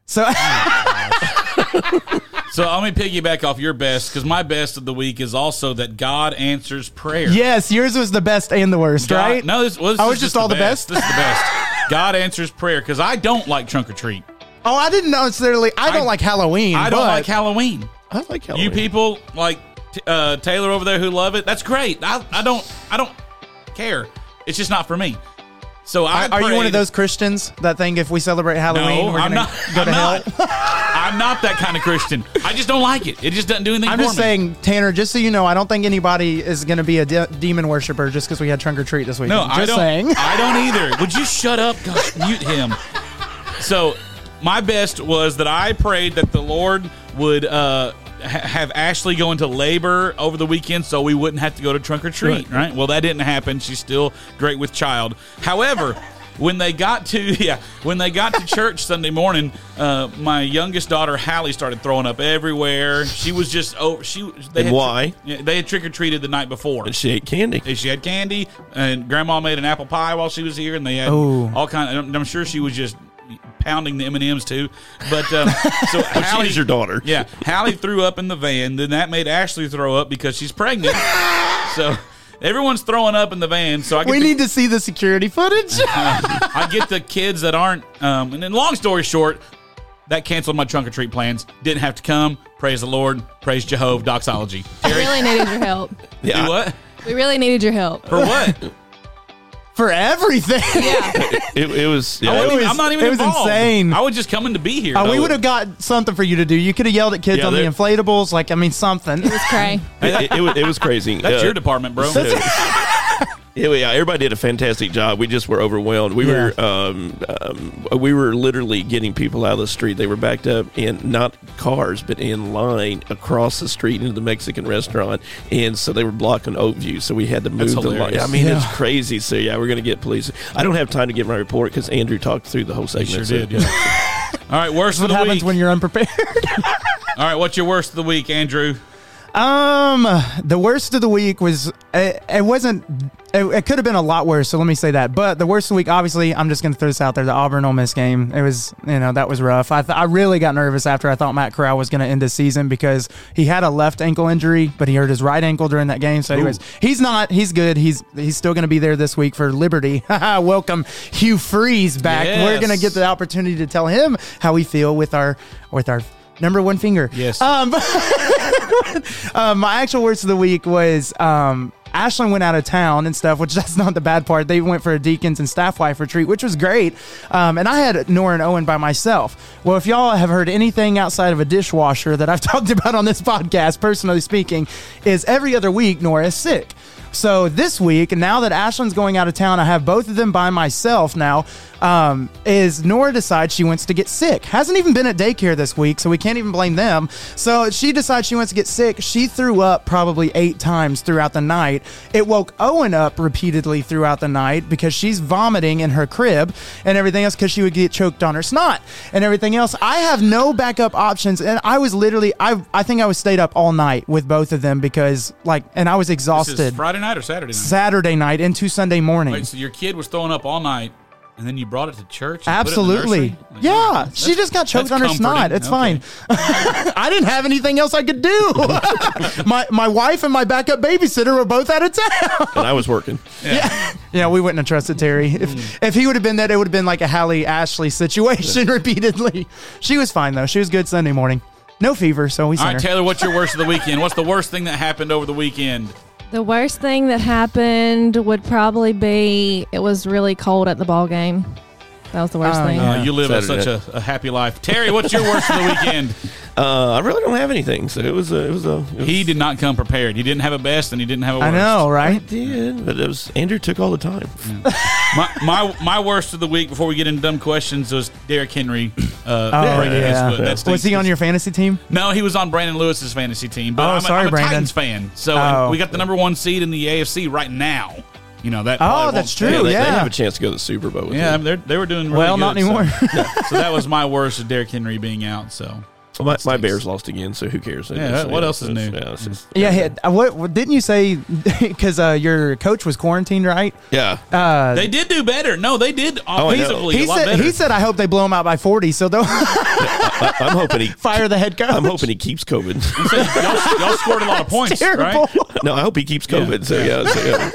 [SPEAKER 6] So
[SPEAKER 7] So let me piggyback off your best because my best of the week is also that God answers prayer.
[SPEAKER 6] yes, yours was the best and the worst,
[SPEAKER 7] God-
[SPEAKER 6] right?
[SPEAKER 7] No, this, well, this
[SPEAKER 6] I
[SPEAKER 7] is
[SPEAKER 6] was just all the best?
[SPEAKER 7] This is the best. God answers prayer because I don't like trunk or treat.
[SPEAKER 6] Oh, I didn't know necessarily. I don't
[SPEAKER 7] I-
[SPEAKER 6] like Halloween.
[SPEAKER 7] I don't
[SPEAKER 6] but- Oh,
[SPEAKER 7] like Halloween.
[SPEAKER 3] I like Halloween.
[SPEAKER 7] You people like t- uh, Taylor over there who love it. That's great. I, I don't I don't care. It's just not for me. So I
[SPEAKER 6] Are you one
[SPEAKER 7] prayed-
[SPEAKER 6] of those Christians that think if we celebrate Halloween,
[SPEAKER 7] No,
[SPEAKER 6] we're
[SPEAKER 7] I'm
[SPEAKER 6] gonna
[SPEAKER 7] not.
[SPEAKER 6] go to
[SPEAKER 7] I'm
[SPEAKER 6] hell?
[SPEAKER 7] not. I'm not that kind of Christian. I just don't like it. It just doesn't do anything
[SPEAKER 6] I'm
[SPEAKER 7] for
[SPEAKER 6] just
[SPEAKER 7] me.
[SPEAKER 6] saying, Tanner. Just so you know, I don't think anybody is going to be a de- demon worshiper just because we had trunk or treat this week.
[SPEAKER 7] No,
[SPEAKER 6] just
[SPEAKER 7] I don't.
[SPEAKER 6] saying.
[SPEAKER 7] I don't either. Would you shut up? Gosh, mute him. So, my best was that I prayed that the Lord would uh, ha- have Ashley go into labor over the weekend, so we wouldn't have to go to trunk or treat. Right. Well, that didn't happen. She's still great with child. However. When they got to yeah, when they got to church Sunday morning, uh, my youngest daughter Hallie started throwing up everywhere. She was just oh she they had,
[SPEAKER 3] why?
[SPEAKER 7] yeah, they had trick or treated the night before
[SPEAKER 3] And she ate candy.
[SPEAKER 7] and she had candy, and Grandma made an apple pie while she was here, and they had all kind. Of, and I'm sure she was just pounding the M and M's too. But um, so Hallie,
[SPEAKER 3] is your daughter.
[SPEAKER 7] Yeah, Hallie threw up in the van. Then that made Ashley throw up because she's pregnant. so everyone's throwing up in the van. So I get
[SPEAKER 6] we
[SPEAKER 7] to-
[SPEAKER 6] need to see the security footage.
[SPEAKER 7] I get the kids that aren't. Um, and then, long story short, that canceled my trunk or treat plans. Didn't have to come. Praise the Lord. Praise Jehovah. Doxology.
[SPEAKER 10] We really needed your help.
[SPEAKER 3] Yeah,
[SPEAKER 7] Do what?
[SPEAKER 10] We really needed your help.
[SPEAKER 7] For what?
[SPEAKER 6] for everything.
[SPEAKER 3] It, it was. Yeah,
[SPEAKER 7] I
[SPEAKER 3] it
[SPEAKER 7] wasn't
[SPEAKER 3] was-
[SPEAKER 7] even- I'm not even
[SPEAKER 6] it was
[SPEAKER 7] involved.
[SPEAKER 6] insane.
[SPEAKER 7] I was just coming to be here.
[SPEAKER 6] Uh, we
[SPEAKER 7] No.
[SPEAKER 6] would have got something for you to do. You could have yelled at kids
[SPEAKER 3] Yeah,
[SPEAKER 6] on the
[SPEAKER 3] they're-
[SPEAKER 6] inflatables. Like, I mean, something.
[SPEAKER 10] It was cray.
[SPEAKER 3] it, it, was- it was crazy.
[SPEAKER 7] Oh, That's
[SPEAKER 3] Uh,
[SPEAKER 7] your department, bro.
[SPEAKER 3] so- Yeah, yeah, everybody did a fantastic job. We just were overwhelmed. We
[SPEAKER 6] Yeah.
[SPEAKER 3] were um, um, we were literally getting people out of the street. They were backed up in not cars, but in line across the street into the Mexican restaurant, and so they were blocking Oakview. So we had to move
[SPEAKER 7] That's
[SPEAKER 3] the line.
[SPEAKER 7] hilarious.
[SPEAKER 3] I mean, it's
[SPEAKER 6] Yeah.
[SPEAKER 3] crazy. So yeah, we're gonna get police. I don't have time to get my report because Andrew talked through the whole segment.
[SPEAKER 7] Sure
[SPEAKER 3] so-
[SPEAKER 7] did. Yeah. All right, worst of
[SPEAKER 6] What
[SPEAKER 7] the
[SPEAKER 6] happens
[SPEAKER 7] week.
[SPEAKER 6] when you're unprepared?
[SPEAKER 7] All right, what's your worst of the week, Andrew?
[SPEAKER 6] um, the worst of the week was it, it wasn't. It, it could have been a lot worse. So let me say that. But the worst of the week, obviously, I'm just going to throw this out there: the Auburn Ole Miss game. It was, you know, that was rough. I, th- I really got nervous after I thought Matt Corral was going to end his season because he had a left ankle injury, but he hurt his right ankle during that game. So, anyways, he's not. He's good. He's he's still going to be there this week for Liberty. Welcome Hugh Freeze back. We're
[SPEAKER 7] Yes.
[SPEAKER 6] going to get the opportunity to tell him how we feel with our with our number one finger.
[SPEAKER 7] Yes.
[SPEAKER 6] Uh, Um, um, my actual words of the week was um, Ashlyn went out of town and stuff, which that's not the bad part. They went for a deacons and staff wife retreat, which was great. Um, and I had Nora and Owen by myself. Well, if y'all have heard anything outside of a dishwasher that I've talked about on this podcast, personally speaking, is every other week Nora is sick. So this week, now that Ashlyn's going out of town, I have both of them by myself now. Um, is Nora decides she wants to get sick? Hasn't even been at daycare this week, so we can't even blame them. So she decides she wants to get sick. She threw up probably eight times throughout the night. It woke Owen up repeatedly throughout the night because she's vomiting in her crib and everything else because she would get choked on her snot and everything else. I have no backup options, and I was literally I I think I was stayed up all night with both of them because like, and I was
[SPEAKER 7] This
[SPEAKER 6] exhausted.
[SPEAKER 7] is Friday night or Saturday night?
[SPEAKER 6] Saturday night into Sunday morning.
[SPEAKER 7] Wait, so your kid was throwing up all night, and then you brought it to church? and put it in the
[SPEAKER 6] Absolutely.
[SPEAKER 7] nursery? Like,
[SPEAKER 6] Yeah.
[SPEAKER 7] that's-
[SPEAKER 6] She just got choked on
[SPEAKER 7] that's
[SPEAKER 6] her snot.
[SPEAKER 7] comforting.
[SPEAKER 6] It's
[SPEAKER 7] Okay.
[SPEAKER 6] fine. I didn't have anything else I could do. my my wife and my backup babysitter were both out of town.
[SPEAKER 3] and I was working.
[SPEAKER 6] Yeah, we wouldn't have trusted Terry.
[SPEAKER 7] Hmm.
[SPEAKER 6] If if he would have been that, it would have been like a Hallie Ashley situation repeatedly. She was fine though. She was good Sunday morning. No fever, so we
[SPEAKER 7] All
[SPEAKER 6] sent
[SPEAKER 7] right,
[SPEAKER 6] her.
[SPEAKER 7] Taylor, what's your worst of the weekend? What's the worst thing that happened over the weekend?
[SPEAKER 10] The worst thing that happened would probably be it was really cold at the ball game. That was the
[SPEAKER 6] Oh,
[SPEAKER 10] worst thing.
[SPEAKER 7] Uh, you live
[SPEAKER 3] Saturday.
[SPEAKER 7] such a, a happy life. Terry, what's your worst of the weekend?
[SPEAKER 3] Uh, I really don't have anything, so it was a, it was a. It was,
[SPEAKER 7] He did not come prepared. He didn't have a best, and he didn't have a worst.
[SPEAKER 6] I know, right?
[SPEAKER 3] did, but it was Andrew took all the time.
[SPEAKER 7] My, my my worst of the week before we get into dumb questions was Derrick Henry. Uh, Brandon
[SPEAKER 6] Oh, yeah.
[SPEAKER 7] Lewis, but that stinks.
[SPEAKER 6] Was he on your fantasy team?
[SPEAKER 7] No, he was on Brandon Lewis's fantasy team. But
[SPEAKER 6] Oh,
[SPEAKER 7] I'm, a-
[SPEAKER 6] sorry,
[SPEAKER 7] I'm a
[SPEAKER 6] Brandon.
[SPEAKER 7] Titans fan, so
[SPEAKER 6] Oh.
[SPEAKER 7] we got the number one seed in the AFC right now. You know that.
[SPEAKER 6] Oh,
[SPEAKER 7] probably won't
[SPEAKER 6] that's
[SPEAKER 7] stay.
[SPEAKER 6] true.
[SPEAKER 3] they,
[SPEAKER 6] yeah.
[SPEAKER 3] they have a chance to go to the Super Bowl. With
[SPEAKER 7] Yeah, I
[SPEAKER 3] him.
[SPEAKER 7] mean, they're- they were doing really
[SPEAKER 6] Well, not
[SPEAKER 7] good, so-
[SPEAKER 6] anymore.
[SPEAKER 7] yeah. So that was my worst of Derrick Henry being out. So
[SPEAKER 3] my, my Bears lost again, so who cares?
[SPEAKER 7] Yeah, what else is new?
[SPEAKER 3] Yeah, it's just-
[SPEAKER 6] Yeah, he had- uh, what, what didn't you say? Because uh, your coach was quarantined, right?
[SPEAKER 3] yeah.
[SPEAKER 6] uh,
[SPEAKER 7] they did do better. No, they did
[SPEAKER 3] I know.
[SPEAKER 7] offensively
[SPEAKER 6] He
[SPEAKER 7] a lot
[SPEAKER 6] said,
[SPEAKER 7] better.
[SPEAKER 6] he said, I hope they blow him out by 40, so they'll
[SPEAKER 3] I, I'm hoping he.
[SPEAKER 6] fire the head coach.
[SPEAKER 3] I'm hoping he keeps COVID.
[SPEAKER 7] y'all, y'all scored a lot of points, right?
[SPEAKER 3] no, I hope he keeps COVID. So yeah, so, yeah.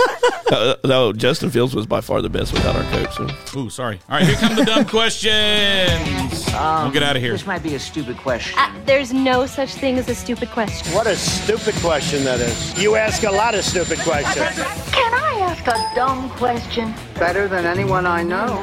[SPEAKER 3] Uh, no, Justin Fields was by far the best without our coach. So.
[SPEAKER 7] Ooh, sorry. All right, here come the dumb questions. we'll get out of
[SPEAKER 3] Um.
[SPEAKER 7] here.
[SPEAKER 11] might be a stupid question.
[SPEAKER 12] Uh, There's no such thing as a stupid question.
[SPEAKER 13] What a stupid question that is. You ask a lot of stupid questions.
[SPEAKER 12] Can I ask a dumb question?
[SPEAKER 11] Better than anyone I know.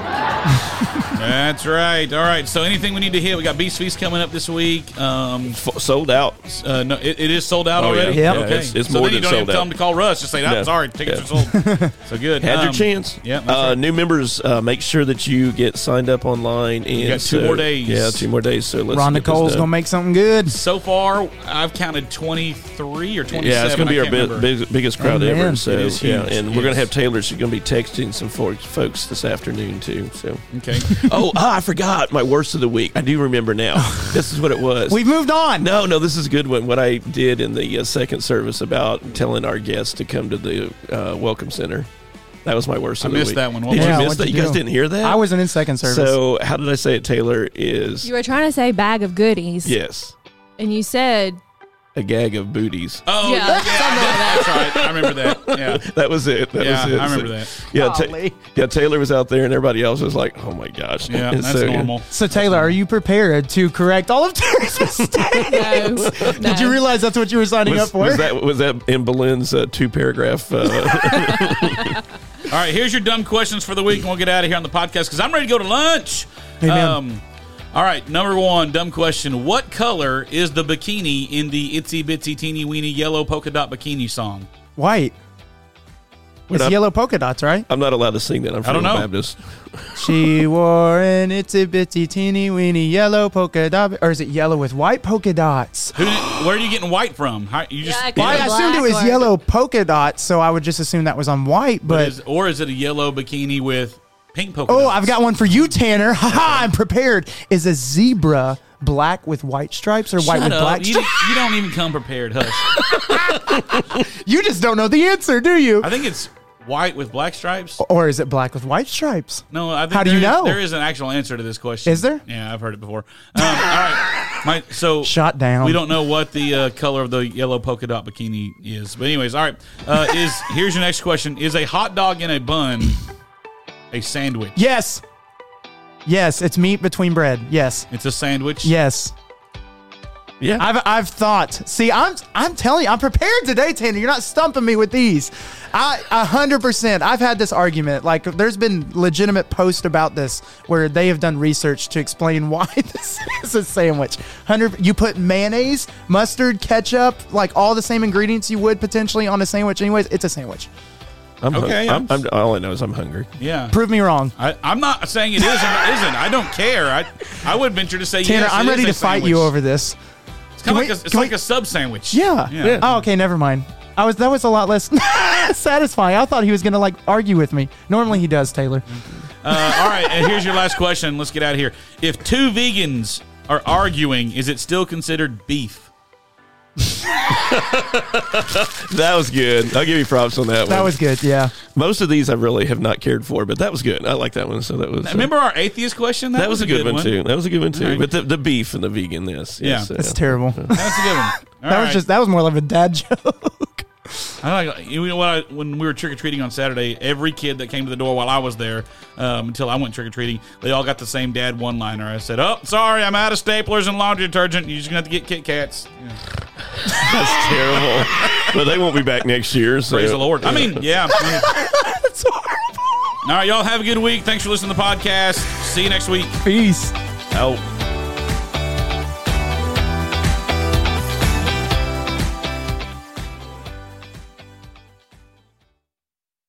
[SPEAKER 7] That's right. All right. So anything we need to hit? We got Beast Feast coming up this week. Um,
[SPEAKER 3] F- sold out.
[SPEAKER 7] uh, no, it, it is sold out
[SPEAKER 3] Oh,
[SPEAKER 7] already.
[SPEAKER 3] yeah.
[SPEAKER 6] Yep.
[SPEAKER 3] Yeah,
[SPEAKER 7] Okay.
[SPEAKER 3] it's- it's
[SPEAKER 7] so
[SPEAKER 3] more
[SPEAKER 7] then you don't even
[SPEAKER 3] than sold
[SPEAKER 7] tell
[SPEAKER 3] out.
[SPEAKER 7] them to call Russ. Just say, "I'm
[SPEAKER 3] No.
[SPEAKER 7] sorry, tickets
[SPEAKER 3] Yeah.
[SPEAKER 7] are sold." So good.
[SPEAKER 3] Had your
[SPEAKER 7] Um,
[SPEAKER 3] chance.
[SPEAKER 7] Yeah. that's
[SPEAKER 3] Uh,
[SPEAKER 7] right.
[SPEAKER 3] New members, uh, make sure that you get signed up online. And
[SPEAKER 7] got two
[SPEAKER 3] so-
[SPEAKER 7] more days.
[SPEAKER 3] Yeah, two more days. So let's get
[SPEAKER 6] Ron
[SPEAKER 3] this
[SPEAKER 6] Cole's
[SPEAKER 3] done.
[SPEAKER 6] going to make something good.
[SPEAKER 7] So far, I've counted 23 or 27.
[SPEAKER 3] Yeah, it's going to be
[SPEAKER 7] I
[SPEAKER 3] our
[SPEAKER 7] can't
[SPEAKER 3] bi-
[SPEAKER 7] remember.
[SPEAKER 3] big, biggest crowd
[SPEAKER 6] Amen.
[SPEAKER 3] ever. So
[SPEAKER 7] It is
[SPEAKER 3] yeah,
[SPEAKER 7] huge.
[SPEAKER 3] and we're going
[SPEAKER 7] Yes.
[SPEAKER 3] to have Taylor. She's going to be texting some for- folks this afternoon too. So
[SPEAKER 7] Okay.
[SPEAKER 3] oh, ah, I forgot my worst of the week. I do remember now. this is what it was.
[SPEAKER 6] We've moved on.
[SPEAKER 3] no, no, this is a good one. What I did in the uh, second service about telling our guests to come to the uh, welcome center. That was my worst.
[SPEAKER 7] I
[SPEAKER 3] of the
[SPEAKER 7] missed
[SPEAKER 3] week.
[SPEAKER 7] that one. What
[SPEAKER 3] Did
[SPEAKER 7] was
[SPEAKER 6] it?
[SPEAKER 3] you
[SPEAKER 6] Yeah,
[SPEAKER 3] miss
[SPEAKER 6] what'd
[SPEAKER 3] that?
[SPEAKER 6] you
[SPEAKER 3] You guys
[SPEAKER 6] do?
[SPEAKER 3] didn't hear that.
[SPEAKER 6] I wasn't in second service.
[SPEAKER 3] So how did I say it? Taylor is
[SPEAKER 10] You were trying to say bag of goodies.
[SPEAKER 3] yes,
[SPEAKER 10] And you said,
[SPEAKER 3] a gag of booties.
[SPEAKER 7] Oh,
[SPEAKER 10] Yeah,
[SPEAKER 7] yeah. that's right. I remember that. Yeah.
[SPEAKER 3] That was it. That
[SPEAKER 7] Yeah,
[SPEAKER 3] was it.
[SPEAKER 7] I remember
[SPEAKER 3] So-
[SPEAKER 7] that.
[SPEAKER 3] Yeah, Ta-
[SPEAKER 6] Golly.
[SPEAKER 3] yeah. Taylor was out there, and everybody else was like, "Oh my gosh!"
[SPEAKER 7] Yeah,
[SPEAKER 3] And
[SPEAKER 7] that's
[SPEAKER 3] so,
[SPEAKER 7] normal.
[SPEAKER 6] so, Taylor, are you prepared to correct all of Terry's mistakes?
[SPEAKER 10] no. no.
[SPEAKER 6] Did you realize that's what you were signing up
[SPEAKER 3] Was,
[SPEAKER 6] for?
[SPEAKER 3] was that was that in Boleyn's uh, two paragraph? Uh,
[SPEAKER 7] All right, here's your dumb questions for the week, and we'll get out of here on the podcast because I'm ready to go to lunch. Um,
[SPEAKER 6] Amen.
[SPEAKER 7] all right, number one, dumb question. What color is the bikini in the Itsy Bitsy Teeny Weeny Yellow Polka Dot Bikini song?
[SPEAKER 6] White. It's
[SPEAKER 3] not-
[SPEAKER 6] yellow polka dots, right?
[SPEAKER 3] I'm not allowed to sing that. I'm
[SPEAKER 7] I don't
[SPEAKER 3] Freedom
[SPEAKER 7] know.
[SPEAKER 3] Baptist.
[SPEAKER 6] She wore an itsy bitsy teeny weeny yellow polka dot, or is it yellow with white polka dots?
[SPEAKER 7] Who, where are you getting white from? How, you just,
[SPEAKER 10] Yeah, I could-
[SPEAKER 6] Well, I assumed it
[SPEAKER 10] Black
[SPEAKER 6] was
[SPEAKER 10] or-
[SPEAKER 6] yellow polka dots, so I would just assume that was on white.
[SPEAKER 7] What
[SPEAKER 6] But
[SPEAKER 7] is- or is it a yellow bikini with pink polka
[SPEAKER 6] oh,
[SPEAKER 7] dots?
[SPEAKER 6] I've got one for you, Tanner. Ha ha! I'm prepared. Is a zebra black with white stripes or white
[SPEAKER 7] Shut
[SPEAKER 6] with
[SPEAKER 7] up.
[SPEAKER 6] black
[SPEAKER 7] You,
[SPEAKER 6] stripes?
[SPEAKER 7] you don't even come prepared, Hush.
[SPEAKER 6] You just don't know the answer, do you?
[SPEAKER 7] I think it's white with black stripes.
[SPEAKER 6] Or is it black with white stripes?
[SPEAKER 7] No, I think
[SPEAKER 6] How do
[SPEAKER 7] there
[SPEAKER 6] you
[SPEAKER 7] is-
[SPEAKER 6] know?
[SPEAKER 7] There is an actual answer to this question.
[SPEAKER 6] Is there?
[SPEAKER 7] Yeah, I've heard it before. Um, all right, my, so
[SPEAKER 6] Shot down.
[SPEAKER 7] We don't know what the uh, color of the yellow polka dot bikini is, but anyways, all right. Uh, is here's your next question: Is a hot dog in a bun a sandwich?
[SPEAKER 6] Yes. Yes, it's meat between bread. Yes.
[SPEAKER 7] It's a sandwich.
[SPEAKER 6] Yes.
[SPEAKER 3] Yeah.
[SPEAKER 6] I've I've thought. See, I'm I'm telling you, I'm prepared today, Tanner. You're not stumping me with these. I a hundred percent. I've had this argument. Like there's been legitimate posts about this where they have done research to explain why this is a sandwich. Hundred you put mayonnaise, mustard, ketchup, like all the same ingredients you would potentially on a sandwich anyways, it's a sandwich.
[SPEAKER 3] I'm hung-
[SPEAKER 7] Okay,
[SPEAKER 3] I'm, I'm, all I know is I'm hungry.
[SPEAKER 7] Yeah.
[SPEAKER 6] Prove me wrong.
[SPEAKER 7] I, I'm not saying it is or it isn't. I don't care. I I would venture to say
[SPEAKER 6] Tanner,
[SPEAKER 7] yes, it
[SPEAKER 6] I'm
[SPEAKER 7] is
[SPEAKER 6] ready
[SPEAKER 7] a
[SPEAKER 6] to fight
[SPEAKER 7] sandwich.
[SPEAKER 6] you over this.
[SPEAKER 7] It's
[SPEAKER 6] Can we-
[SPEAKER 7] kind of like, a, it's
[SPEAKER 6] can we-
[SPEAKER 7] like a sub sandwich.
[SPEAKER 6] Yeah. Oh, okay. Never mind. I was. That was a lot less satisfying. I thought he was gonna like argue with me. Normally he does, Taylor.
[SPEAKER 7] Uh, all right, and here's your last question. Let's get out of here. If two vegans are arguing, is it still considered beef?
[SPEAKER 3] That was good. I'll give you props on that.
[SPEAKER 6] That
[SPEAKER 3] one.
[SPEAKER 6] was good. Yeah.
[SPEAKER 3] Most of these I really have not cared for, but that was good. I like that one. So that was. uh,
[SPEAKER 7] Remember our atheist question?
[SPEAKER 3] that, was a good, one, too. That was a good one too. But the, the beef and the vegan, yes, uh,
[SPEAKER 7] Yeah.
[SPEAKER 3] yes,
[SPEAKER 6] That's terrible.
[SPEAKER 7] That's a good one.
[SPEAKER 6] that was just. That was more of a dad joke.
[SPEAKER 7] I like, you know what? I, when we were trick or treating on Saturday, every kid that came to the door while I was there, um, until I went trick or treating, they all got the same dad one liner. I said, "Oh, sorry, I'm out of staplers and laundry detergent. You're just gonna have to get Kit Kats." Yeah.
[SPEAKER 3] That's terrible. but they won't be back next year. So.
[SPEAKER 7] Praise the Lord. I mean, yeah. All right, y'all have a good week. Thanks for listening to the podcast. See you next week.
[SPEAKER 6] Peace.
[SPEAKER 3] Out.